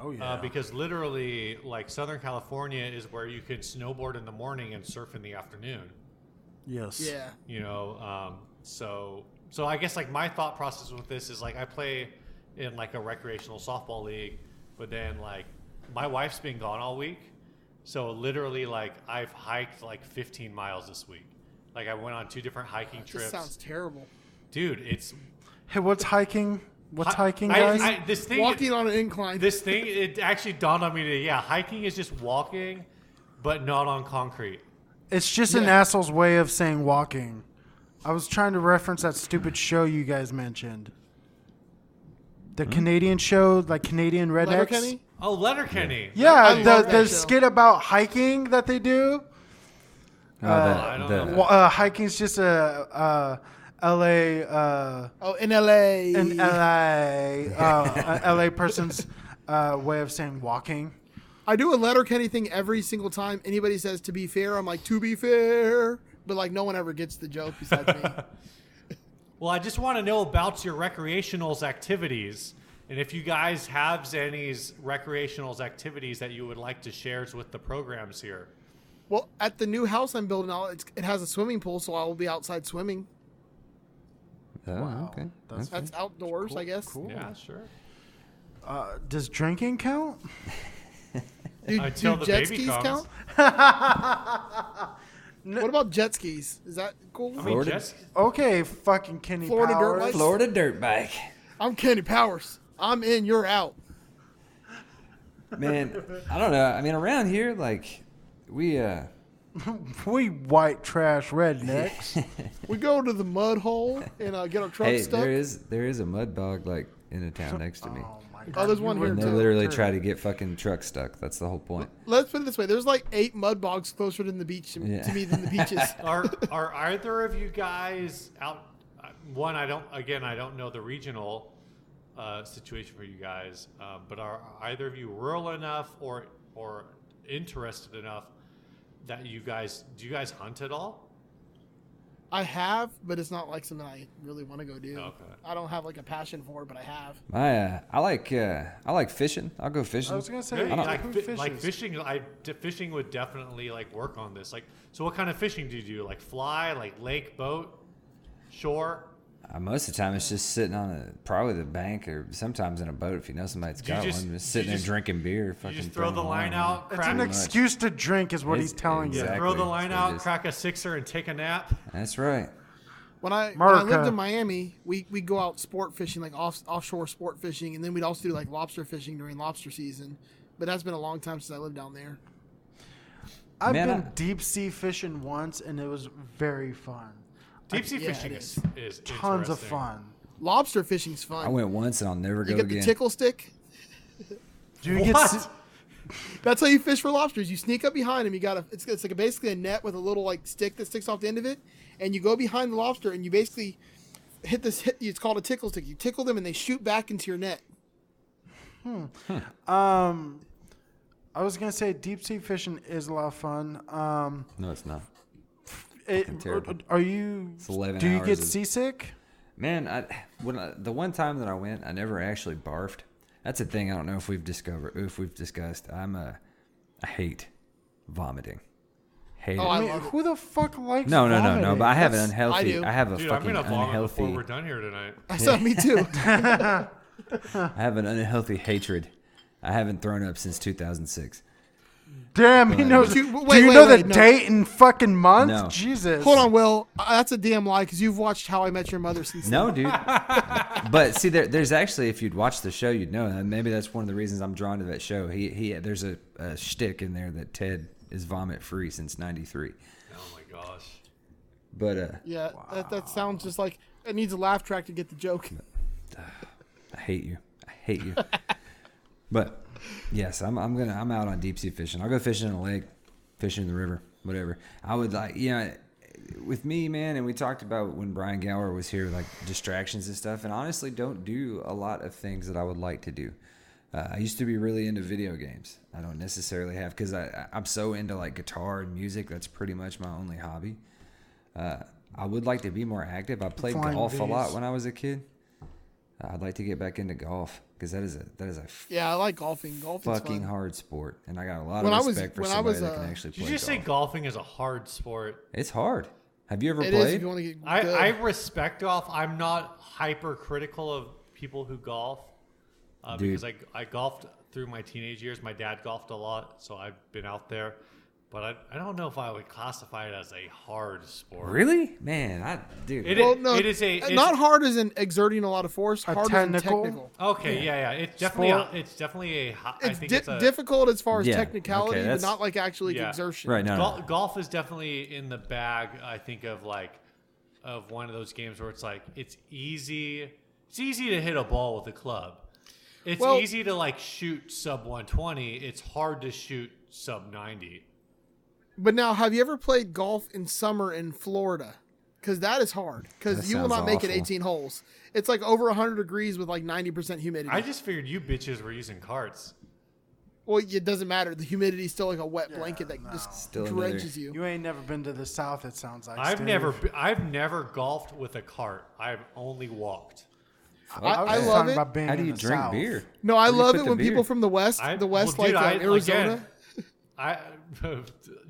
E: Oh yeah.
D: Uh, because literally, like Southern California is where you can snowboard in the morning and surf in the afternoon.
E: yes.
A: Yeah.
D: You know, um, so so I guess like my thought process with this is like I play in like a recreational softball league, but then like my wife's been gone all week, so literally like I've hiked like 15 miles this week. Like I went on two different hiking
A: This
D: trips.
A: sounds terrible.
D: Dude, it's
E: Hey, what's hiking? What's
D: hi-
E: hiking,
D: I-
E: guys?
D: I- this thing
A: Walking on an incline.
D: this thing it actually dawned on me today yeah hiking is just walking but not on concrete
E: it's just an
A: Yeah.
E: asshole's way of saying walking. I was trying to reference that stupid show you guys mentioned. The Canadian show, like Canadian rednecks.
A: Letterkenny?
D: oh letterkenny
E: Yeah,
A: I
E: the
A: love
E: the
A: that show.
E: skit about hiking that they do.
F: Oh,
D: I don't
F: the,
D: know.
E: Well, uh, hiking's just a, uh L.A. Uh,
A: Oh, in L.A.
E: an L.A. Uh, a L.A. person's uh, way of saying walking.
A: I do a Letterkenny thing every single time anybody says "to be fair." I'm like "to be fair," but like no one ever gets the joke besides me.
D: well i just want to know about your recreationals activities and if you guys have Zanny's recreationals activities that you would like to share with the programs here
A: Well, at the new house I'm building out, it's, it has a swimming pool, so I will be outside swimming.
F: oh, okay.
E: That's-
A: That's outdoors, I guess.
D: yeah sure
E: Uh, does drinking count?
A: Do,
D: Until
A: do
D: the
A: jet
D: baby
A: skis
D: comes.
A: count? what about jet skis? Is that cool?
D: I mean,
F: Florida-
D: just-
E: Okay, fucking Kenny
A: Florida dirt
E: Powers.
A: bikes?
F: Florida dirt bike.
A: I'm Kenny Powers. I'm in, you're out.
F: Man, I don't know. I mean, around here, like, we, uh,
E: We white trash rednecks.
A: We go to the mud hole and uh, get our truck
F: hey,
A: stuck.
F: there is there is a mud bog, like, in a town next to me.
E: oh my god.
A: Oh, there's
E: you
A: one
E: were
A: here,
F: And they
A: too.
F: literally try to get fucking truck stuck. That's the whole point.
A: Let's put it this way: there's like eight mud bogs closer to the beach to,
F: Yeah.
A: to me than the beaches.
D: are are either of you guys out? uh, One, I don't. Again, I don't know the regional uh, situation for you guys, um, but are either of you rural enough or or interested enough that you guys do you guys hunt at all?
A: I have, but it's not like something I really want to go do.
D: Okay.
A: I don't have like a passion for, it, but I have.
F: My, uh, I like, uh, I like fishing. I'll go fishing.
E: I was gonna say
D: Yeah,
E: like,
D: like,
E: who
D: fi-
E: fishes?
D: like fishing, I d- fishing would definitely like work on this. Like, so what kind of fishing do you do? Like fly, like lake, boat, shore.
F: Uh, most of the time, it's just sitting on a probably the bank or sometimes in a boat if you know somebody's
D: you
F: got
D: just-
F: one. Just
D: you
F: sitting
D: just-
F: there drinking beer.
D: You
F: Fucking
D: just throw
F: throwing
D: the
F: a
D: line out,
E: It's an
D: crack,
F: ex-
E: excuse to drink, is what
F: It's-
E: he's telling you.
F: exactly.
D: throw the line
F: They
D: out,
F: just-
D: crack a sixer, and take a nap.
F: That's right.
A: When I, when I lived
E: America.
A: in Miami, we we go out sport fishing, like off, offshore sport fishing, and then we'd also do like lobster fishing during lobster season. But that's been a long time since I lived down there.
E: I've
F: Man,
E: been
F: I-
E: deep sea fishing once, and it was very fun.
D: Deep sea
A: yeah,
D: fishing
A: it
D: is, is
E: Tons of
D: interesting.
E: fun.
A: Lobster fishing's fun.
F: I went once and I'll never
A: you
F: go
A: get
F: again.
A: the tickle stick.
E: Do you
D: What?
E: get? s-
A: That's how you fish for lobsters. You sneak up behind them. You got a it's, it's like a, basically a net with a little like stick that sticks off the end of it, and you go behind the lobster and you basically hit this. Hit, it's called a tickle stick. You tickle them and they shoot back into your net.
E: Um, I was gonna say deep sea fishing is a lot of fun. Um,
F: No, it's not.
E: it,
F: terrible.
E: are you?
F: 11
E: do you
F: hours
E: get
F: of-
E: seasick?
F: Man, I, when I, the one time that I went, I never actually barfed. That's a thing I don't know if we've discovered, if we've discussed. I'm a, I hate vomiting. Hate
A: Oh,
F: it.
A: I
E: I mean,
A: love it.
E: who the fuck likes?
F: no, no, no, no.
E: vomiting?
F: But I have an
A: That's- I
F: unhealthy.
A: do.
F: I, have a
D: Dude, I'm
F: fucking
D: gonna vomit before
F: unhealthy.
D: we're done here tonight.
A: I saw me too.
F: I have an unhealthy hatred. I haven't thrown up since 2006.
E: Damn, he knows.
A: But you-
E: do
A: wait,
E: you
A: wait,
E: know the
A: wait, no.
E: date and fucking month?
F: No.
E: Jesus.
A: Hold on, Will. Uh, That's a damn lie because you've watched How I Met Your Mother since.
F: No, dude. but see, there, there's actually, if you'd watch the show, you'd know. And maybe that's one of the reasons I'm drawn to that show. He, he. There's a, a shtick in there that Ted is vomit free since '93.
D: Oh my gosh.
F: But uh,
A: Yeah, that, that sounds just like it needs a laugh track to get the joke.
F: I hate you. I hate you. but yes, I'm, I'm gonna. I'm out on deep sea fishing. I'll go fishing in a lake, fishing in the river, whatever. I would like, you know, with me, man. And we talked about when Brian Gower was here, like distractions and stuff. And honestly, don't do a lot of things that I would like to do. Uh, I used to be really into video games. I don't necessarily have because I I- I'm so into like guitar and music. That's pretty much my only hobby. Uh, I would like to be more active. I played
E: Flying
F: golf a lot
E: bees.
F: when I was a kid. I'd like to get back into golf because that is a that is a
A: Yeah, I like golfing. Golfing's
F: fucking
A: fun.
F: hard sport, and I got a lot
A: When I
F: of
A: was-
F: respect for
A: when I
F: somebody
A: was,
F: that can
A: uh,
F: actually
D: Did you
F: play
D: just say
F: golf.
D: golfing is a hard sport?
F: It's hard. Have you ever
A: It is
F: played?
A: if you want to get good.
D: I, I respect golf. I'm not hypercritical of people who golf uh,
F: Dude.
D: because I, I golfed through my teenage years. My dad golfed a lot, so I've been out there. But I, I don't know if I would classify it as a hard sport.
F: really, man, I dude.
D: It
A: well,
D: is-
A: no,
D: it is a it's,
A: not hard as in exerting a lot of force. Hard as in
E: technical?
A: technical.
D: Okay, yeah, yeah. It's definitely a,
E: Sport.
D: it's definitely a. hi- I
A: It's,
D: think
A: di-
D: it's a,
A: difficult as far as
F: Yeah,
A: technicality,
F: okay,
A: but
F: that's-
A: not like actually
D: Yeah.
A: exertion.
F: right now,
D: Gol- golf is definitely in the bag. I think of like of one of those games where it's like it's easy. It's easy to hit a ball with a club. It's
A: Well-
D: easy to like shoot sub 120. It's hard to shoot sub 90.
A: But now, have you ever played golf in summer in Florida? Because that is hard.
F: That
A: Because you will
F: sounds
A: not make it
F: awful.
A: 18 holes. It's like over 100 degrees with like 90% humidity.
D: I just figured you bitches were using carts.
A: well, it doesn't matter. The humidity is still like a wet blanket that just
F: Still another-
A: drenches you.
E: You ain't never been to the south. It sounds like.
D: I've
E: Steve.
D: never be- I've never golfed with a cart. I've only walked.
A: I,
E: I, was
A: I
E: just
A: love
E: talking
A: it.
E: about being
F: how do
E: in
F: you
E: the
F: drink
E: South.
F: beer?
A: No, I
F: Where do you
A: love
F: put
A: it
F: the
A: when
F: beer?
A: people from the west,
D: I,
A: the west,
D: well, dude,
A: like
D: I-
A: um, Arizona.
D: again, I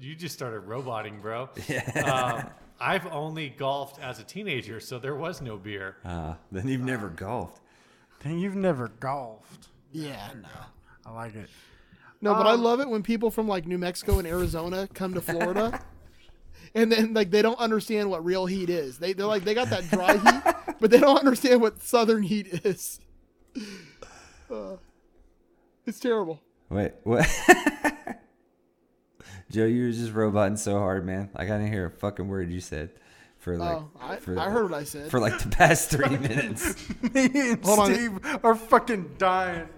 D: you just started roboting, bro. Um, I've only golfed as a teenager, so there was no beer.
F: Uh, then you've never golfed.
E: Then you've never golfed.
A: yeah, no.
E: I like it.
A: No, but I love it when people from like New Mexico and Arizona come to Florida, and then like they don't understand what real heat is. They they're like they got that dry heat, but they don't understand what southern heat is. Uh, it's terrible.
F: Wait, what? Joe, you were just roboting so hard, man. Like I didn't hear a fucking word you said for like
A: Oh, I,
F: for,
A: I heard what I said.
F: for like the past three minutes.
E: Me and
A: Hold on.
E: Steve are fucking dying.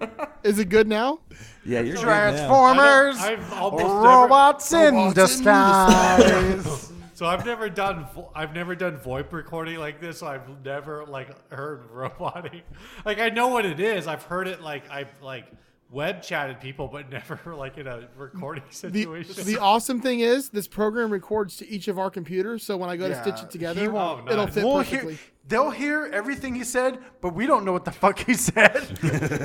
A: Is it good now?
F: Yeah, you're good now.
E: Transformers,
D: I don't- I've almost never-
E: robots in
A: Robots in
E: disguise.
D: So I've never done vo- I've never done VoIP recording like this. So I've never like heard roboting. Like I know what it is. I've heard it like I've like web chatted people, but never like in a recording
A: The,
D: situation.
A: the awesome thing is this program records to each of our computers, so when I go to stitch
E: Yeah,
A: it together,
D: he won't-
A: it'll
D: nice.
A: fit
E: we'll
A: perfectly.
E: hear, they'll hear everything he said, but we don't know what the fuck he said.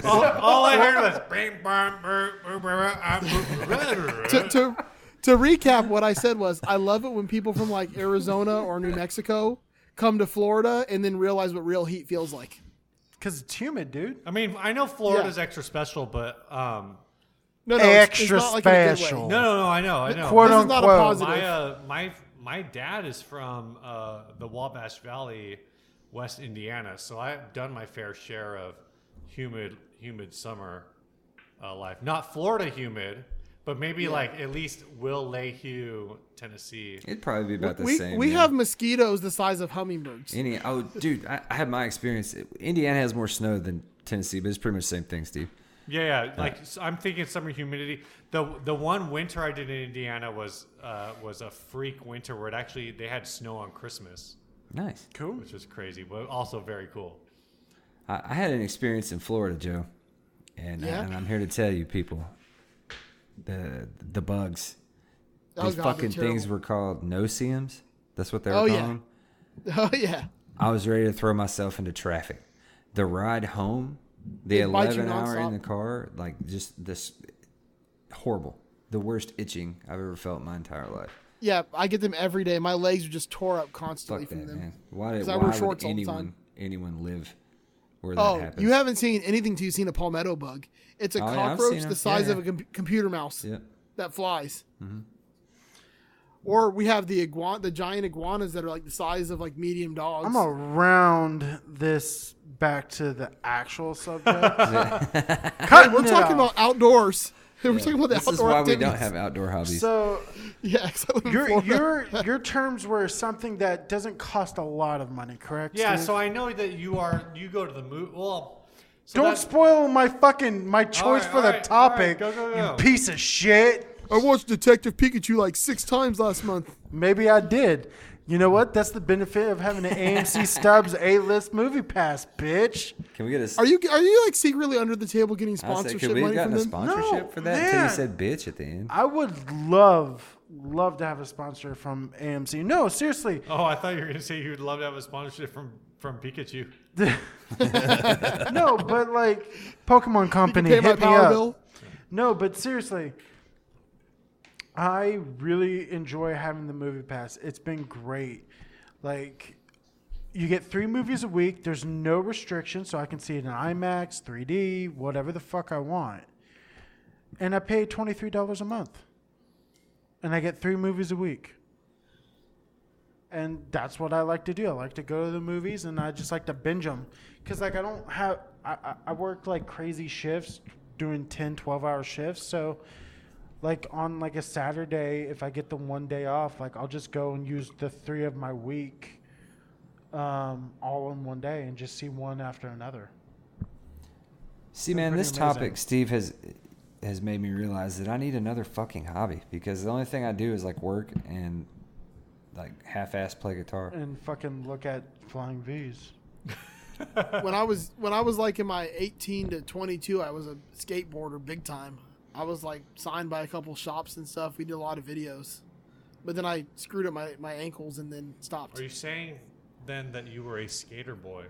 D: all, all I heard was. "Bing, bong, brr, brr, brr, brr,
A: to, to to recap, what I said was I love it when people from like Arizona or New Mexico come to Florida and then realize what real heat feels like.
E: Because it's humid, dude.
D: I mean, I know Florida's extra special, but um,
A: No, no, it's- it's
E: Extra
A: not like in a good way.
E: special.
D: no, no, no. I know, I know.
E: Quote
A: This is not a
E: unquote.
A: positive.
D: my uh, my my dad is from uh, the Wabash Valley, West Indiana, so I've done my fair share of humid humid summer uh, life. Not Florida humid, but maybe like at least Will Lehue, Tennessee.
F: It'd probably be about the
A: we
F: same.
A: we
F: yeah.
A: have mosquitoes the size of hummingbirds.
F: Any, oh, dude, I, I had my experience. Indiana has more snow than Tennessee, but it's pretty much the same thing, Steve.
D: Yeah, yeah. Like s I'm thinking summer humidity. The the one winter I did in Indiana was uh, was a freak winter where it actually they had snow on Christmas,
F: Nice.
E: Cool.
D: which was crazy, but also very cool.
F: I, I had an experience in Florida, Joe, and,
A: Yeah?
F: and I'm here to tell you, people, the the bugs.
A: Oh,
F: These
A: God, they're
F: fucking things
A: terrible.
F: were called noceums. That's what they were
A: Oh,
F: called.
A: yeah. Oh yeah.
F: I was ready to throw myself into traffic. The ride home, the
A: They bite you
F: 11 hour in
A: nonstop.
F: the car, like just this horrible, the worst itching I've ever felt in my entire life.
A: Yeah, I get them every day. My legs are just tore up constantly
F: Fuck
A: from
F: that,
A: them.
F: man. Why, did,
A: 'Cause I
F: why
A: wear
F: would
A: shorts all the time.
F: anyone anyone live where that
A: Oh,
F: happens?
A: you haven't seen anything till you've seen a palmetto bug. It's a
F: Oh, yeah, I've
A: cockroach
F: seen 'em.
A: the size
F: Yeah,
A: of a com- computer mouse
F: Yep.
A: that flies.
F: Mm-hmm.
A: Or we have the iguana, the giant iguanas that are like the size of like medium dogs.
E: I'm gonna round this back to the actual subject.
A: Hey, we're
E: it
A: talking
E: off.
A: about outdoors. We're talking about the
F: This is
A: outdoor
F: why we
A: activities.
F: don't have outdoor hobbies.
E: so
A: Yeah, 'cause I live in
E: your
A: Florida.
E: your your terms were something that doesn't cost a lot of money, correct?
D: Yeah,
E: Steve?
D: so I know that you are you go to the movie. Well, so
E: don't
D: that-
E: spoil my fucking my choice
D: right,
E: for the
D: all right,
E: topic.
D: all right, go, go, go.
E: You piece of shit.
A: I watched Detective Pikachu like six times last month.
E: Maybe I did. You know what? That's the benefit of having an AMC Stubbs A list movie pass, bitch.
F: Can we get a
A: Are you are you like secretly under the table getting
F: I said,
A: sponsorship
F: could we have
A: money from
F: gotten a
A: them?
F: sponsorship
E: No,
F: for that? Until you
E: man.
F: said bitch at the end.
E: I would love, love to have a sponsor from AMC. No, seriously.
D: Oh, I thought you were gonna say you would love to have a sponsorship from from Pikachu.
E: No, but like Pokemon Company
A: Pay my
E: hit me
A: power
E: up.
A: bill.
E: No, but seriously, I really enjoy having the movie pass. It's been great. Like, you get three movies a week. There's no restrictions, so I can see it in IMAX, 3D, whatever the fuck I want. And I pay twenty three dollars a month, and I get three movies a week. And that's what I like to do. I like to go to the movies, and I just like to binge them because, like, I don't have. I, I, I work like crazy shifts, doing 10, 12 hour shifts. So, like on like a Saturday, if I get the one day off, like I'll just go and use the three of my week, um, all in one day, and just see one after another.
F: See, man,
E: pretty
F: this
E: amazing.
F: topic, Steve has has made me realize that I need another fucking hobby because the only thing I do is like work and like half-ass play guitar.
E: And fucking look at flying V's.
A: when I was when I was like in my 18 to 22, I was a skateboarder big time. I was like signed by a couple shops and stuff. We did a lot of videos, but then I screwed up my, my ankles and then stopped.
D: Are you saying then that you were a skater boy?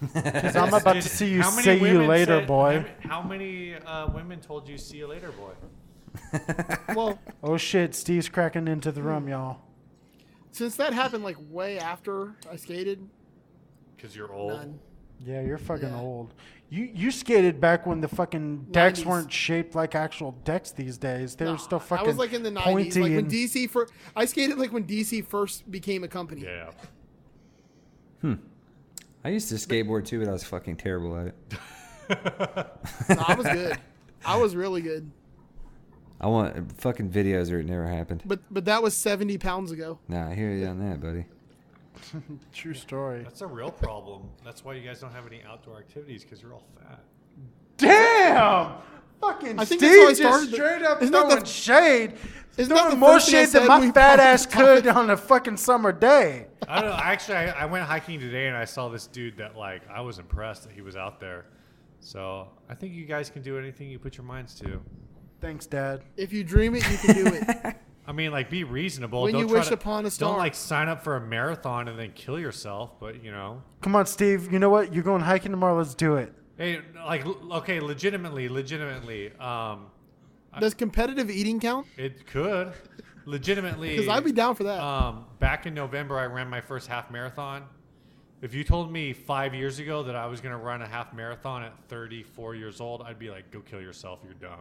E: Because I'm about to
D: Did-
E: see you
D: how many
E: see you
D: women
E: later,
D: said-
E: boy.
D: How, many uh, women told you see you later, boy?
A: Well,
E: Oh shit, Steve's cracking into the rum, y'all.
A: since that happened like way after I skated,
D: Because you're old.
A: none.
E: Yeah, you're fucking
A: Yeah.
E: old. You you skated back when the fucking decks
A: 90s.
E: weren't shaped like actual decks these days. They were still fucking
A: I was like in the 90s,
E: pointy
A: like when
E: and
A: DC first. I skated like when DC first became a company.
D: Yeah.
F: I used to skateboard too, but I was fucking terrible at it.
A: No, I was good. I was really good.
F: I want fucking videos or it never happened.
A: But but that was 70 pounds ago.
F: Nah, I hear you on that, buddy.
E: true story.
D: That's a real problem. That's why you guys don't have any outdoor activities because you're all fat.
E: Damn! Fucking
A: I think that's how I
E: Steve
A: started
E: just
A: the-
E: straight up
A: isn't that
E: throwing
A: the-
E: shade.
A: isn't that
E: throwing
A: the
E: more
A: first thing I
E: shade than
A: said
E: my
A: we
E: fat
A: bought
E: ass
A: the topic?
E: could on a fucking summer day.
D: I don't know. Actually, I, I went hiking today and I saw this dude that like I was impressed that he was out there. So I think you guys can do anything you put your minds to.
E: Thanks, Dad.
A: If you dream it, you can do it.
D: I mean, like, be reasonable.
A: When
D: don't
A: you
D: try
A: wish
D: to-
A: upon a
D: Don't
A: star.
D: like sign up for a marathon and then kill yourself. But you know,
E: Come on, Steve. You know what? You're going hiking tomorrow. Let's do it.
D: hey, like, l- okay, legitimately, legitimately, um,
A: Does competitive eating count?
D: it could. legitimately,
A: Because I'd be down for that.
D: Um, back in November, I ran my first half marathon. If you told me five years ago that I was going to run a half marathon at 34 years old, I'd be like, "Go kill yourself! You're dumb."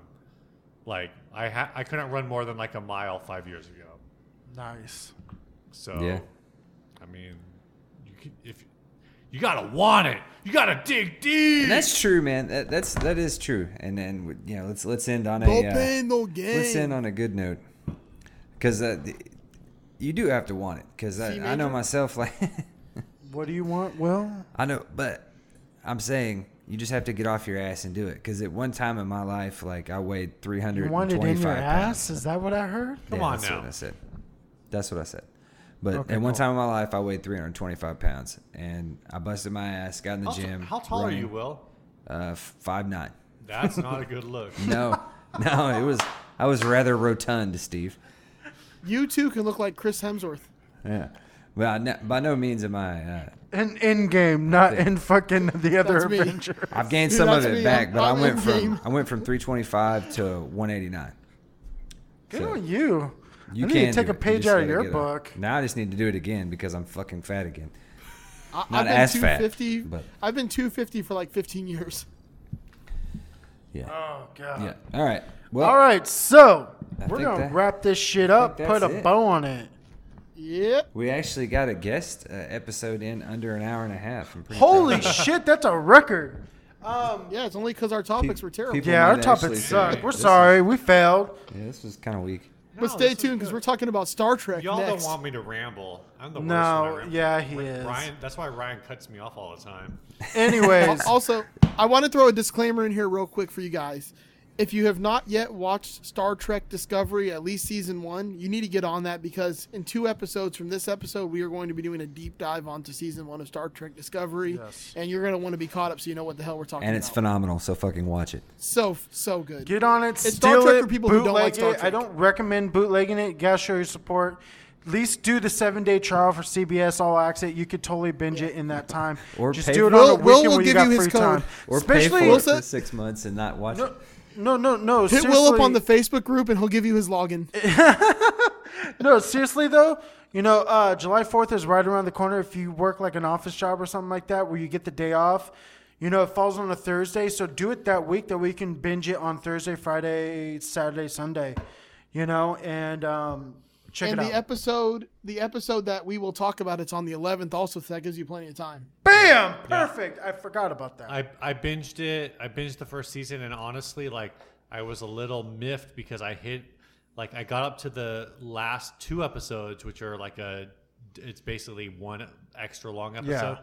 D: Like I ha- I couldn't run more than like a mile five years ago.
E: Nice.
D: So,
F: Yeah.
D: I mean, you could, if you gotta want it, you gotta dig deep.
F: And that's true, man. That, that's that is true. And then you know, let's let's end on
A: no
F: a uh,
A: pain, no
F: let's
A: gain.
F: end on a good note because uh, th- you do have to want it because I, I know myself like
E: What do you want, Will?
F: i know but i'm saying you just have to get off your ass and do it because at one time in my life like i weighed
E: You
F: 325
E: want it in your
F: pounds
E: ass? Is that what I heard?
D: Come
F: Yeah,
D: on
F: that's
D: now.
F: what i said that's what i said but
E: Okay,
F: at one
E: cool.
F: time in my life i weighed 325 pounds and i busted my ass got in the
D: How,
F: gym
D: how tall
F: running,
D: are you, Will?
F: uh five nine
D: That's not a good look.
F: no no it was i was rather rotund steve
A: You too can look like Chris Hemsworth.
F: yeah well I ne- by no means am i uh,
E: In in game, not in fucking the other
A: That's me.
E: adventure.
F: I've gained
A: Dude,
F: some of
A: that's
F: it
A: me.
F: back,
A: I'm-
F: but i
A: I'm
F: went
A: in
F: from
A: game.
F: I went from 325 to 189.
E: Good
F: So,
E: on you.
F: You
E: I
F: can
E: need to take
F: do
E: a
F: it. You
E: page
F: just
E: out of
F: gotta
E: your
F: get on.
E: book.
F: Now I just need to do it again because I'm fucking fat again.
A: I,
F: Not
A: I've been
F: as fat,
A: 250.
F: but-
A: I've been 250 for like 15 years.
F: Yeah.
E: Oh god.
F: yeah. All right. Well,
E: All right, so
F: I
E: we're
F: think
E: gonna
F: that-
E: wrap this shit up,
F: think
E: put a
F: that's it.
E: bow on it.
A: Yep.
F: we actually got a guest uh, episode in under an hour and a half. I'm pretty
E: Holy
F: proud of
E: shit, that's a record.
A: Yeah, it's only because our
F: that.
A: topics were terrible.
F: People
E: Yeah,
F: might
E: our
F: actually
E: topics
F: say,
E: suck. We're
F: "This is-
E: sorry, we failed.
F: yeah, this was kind of weak.
A: but
D: No,
A: stay
D: this is
A: tuned because
D: good.
A: we're talking about Star Trek
D: Y'all
A: next.
D: don't want me to ramble. I'm the worst. when I
E: No,
D: ramble.
E: yeah, he
D: Ri-
E: is.
D: Ryan, that's why Ryan cuts me off all the time.
E: Anyways,
A: Al- also, I want to throw a disclaimer in here real quick for you guys. If you have not yet watched Star Trek Discovery, at least season one, you need to get on that because in two episodes from this episode, we are going to be doing a deep dive onto season one of Star Trek Discovery,
E: Yes.
A: and you're going to want to be caught up so you know what the hell we're talking
F: And it's
A: about.
F: phenomenal, so fucking watch it.
A: so so good.
E: get on it,
A: It's Star
E: steal
A: Trek
E: it,
A: for people who
E: bootleg
A: don't like Star
E: it. I
A: Trek.
E: don't recommend bootlegging it. You gotta show your support. At least do the seven day trial for CBS All Access. You could totally binge it in that time.
F: Or
E: just
F: pay
E: do it
F: for
E: on
A: it.
E: a
A: Will- Will
E: weekend
A: will
E: when you
A: give
E: got
A: you his
E: free
A: code.
E: time.
F: Or
E: Especially
F: pay for it
A: Wilson-
F: for six months and not watch it.
E: no, no, no.
A: Hit Will up
E: seriously.
A: on the Facebook group, and he'll give you his login.
E: No, seriously though, you know, uh, July Fourth is right around the corner. If you work like an office job or something like that, where you get the day off, you know, it falls on a Thursday, so do it that week. That we can binge it on Thursday, Friday, Saturday, Sunday. You know, and um, check
A: and
E: it
A: the
E: out.
A: episode, the episode that we will talk about, it's on the 11th. Also, so that gives you plenty of time.
E: Bam! Perfect. I forgot about that.
D: I, I binged it. I binged the first season, and honestly, like I was a little miffed because I hit, like I got up to the last two episodes, which are like a, it's basically one extra long episode,
E: Yeah.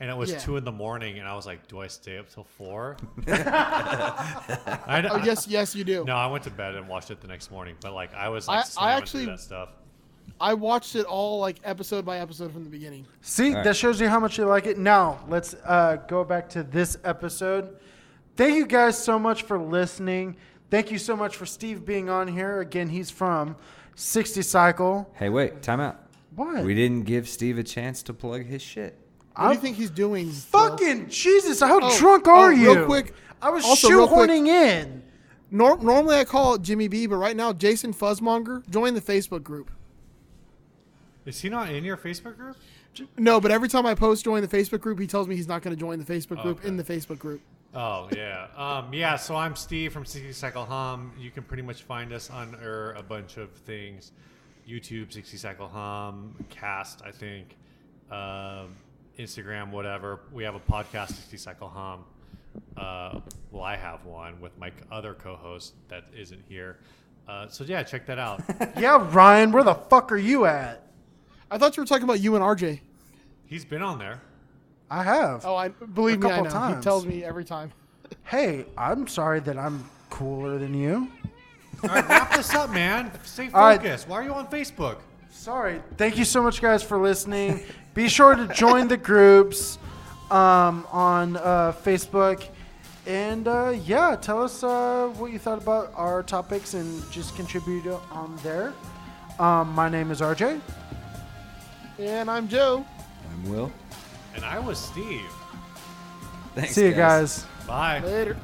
D: and it was
A: Yeah.
D: two in the morning, and I was like, do I stay up till four? I,
E: Ah.
A: Oh, yes, yes, you do.
D: No, I went to bed and watched it the next morning, but like I was
A: I- I
D: like slamming
A: actually-
D: through that stuff.
A: I watched it all like episode by episode from the beginning.
E: See, that shows you how much you like it. Now, let's uh, go back to this episode. Thank you guys so much for listening. Thank you so much for Steve being on here. Again, he's from 60 Cycle.
F: Hey, wait, time out.
E: What?
F: We didn't give Steve a chance to plug his shit.
A: What do you think he's doing? Will?
E: Fucking Jesus, how
A: Oh,
E: drunk are
A: oh,
E: you?
A: real quick.
E: I was
A: Also, real quick-
E: shoehorning in.
A: Nor- normally I call it Jimmy B, but right now Jason Fuzzmonger join the Facebook group.
D: Is he not in your Facebook group?
A: No, but every time I post join the Facebook group, he tells me he's not going to join the Facebook group in the Facebook group.
D: Oh yeah, um, yeah. So I'm Steve from Sixty Cycle Hum. You can pretty much find us on er, a bunch of things: YouTube, Sixty Cycle Hum, Cast, I think, um, Instagram, whatever. We have a podcast, Sixty Cycle Hum. Uh, well, I have one with my other co-host that isn't here. Uh, so yeah, check that out.
E: Yeah, Ryan, where the fuck are you at?
A: I thought you were talking about you and RJ.
D: He's been on there.
E: I have.
A: Oh, I believe
E: A
A: me, I
E: couple
A: know. He
E: times.
A: tells me every time.
E: Hey, I'm sorry that I'm cooler than you.
D: All right, wrap this up, man. Stay
E: All right.
D: focused. Why are you on Facebook?
E: Sorry. Thank you so much, guys, for listening. Be sure to join the groups um, on uh, Facebook. And uh, yeah, tell us uh, what you thought about our topics and just contribute on there. Um, my name is RJ.
A: And I'm Joe.
F: I'm Will.
D: And I was Steve.
F: Thanks,
E: See you guys.
D: Bye.
A: Later.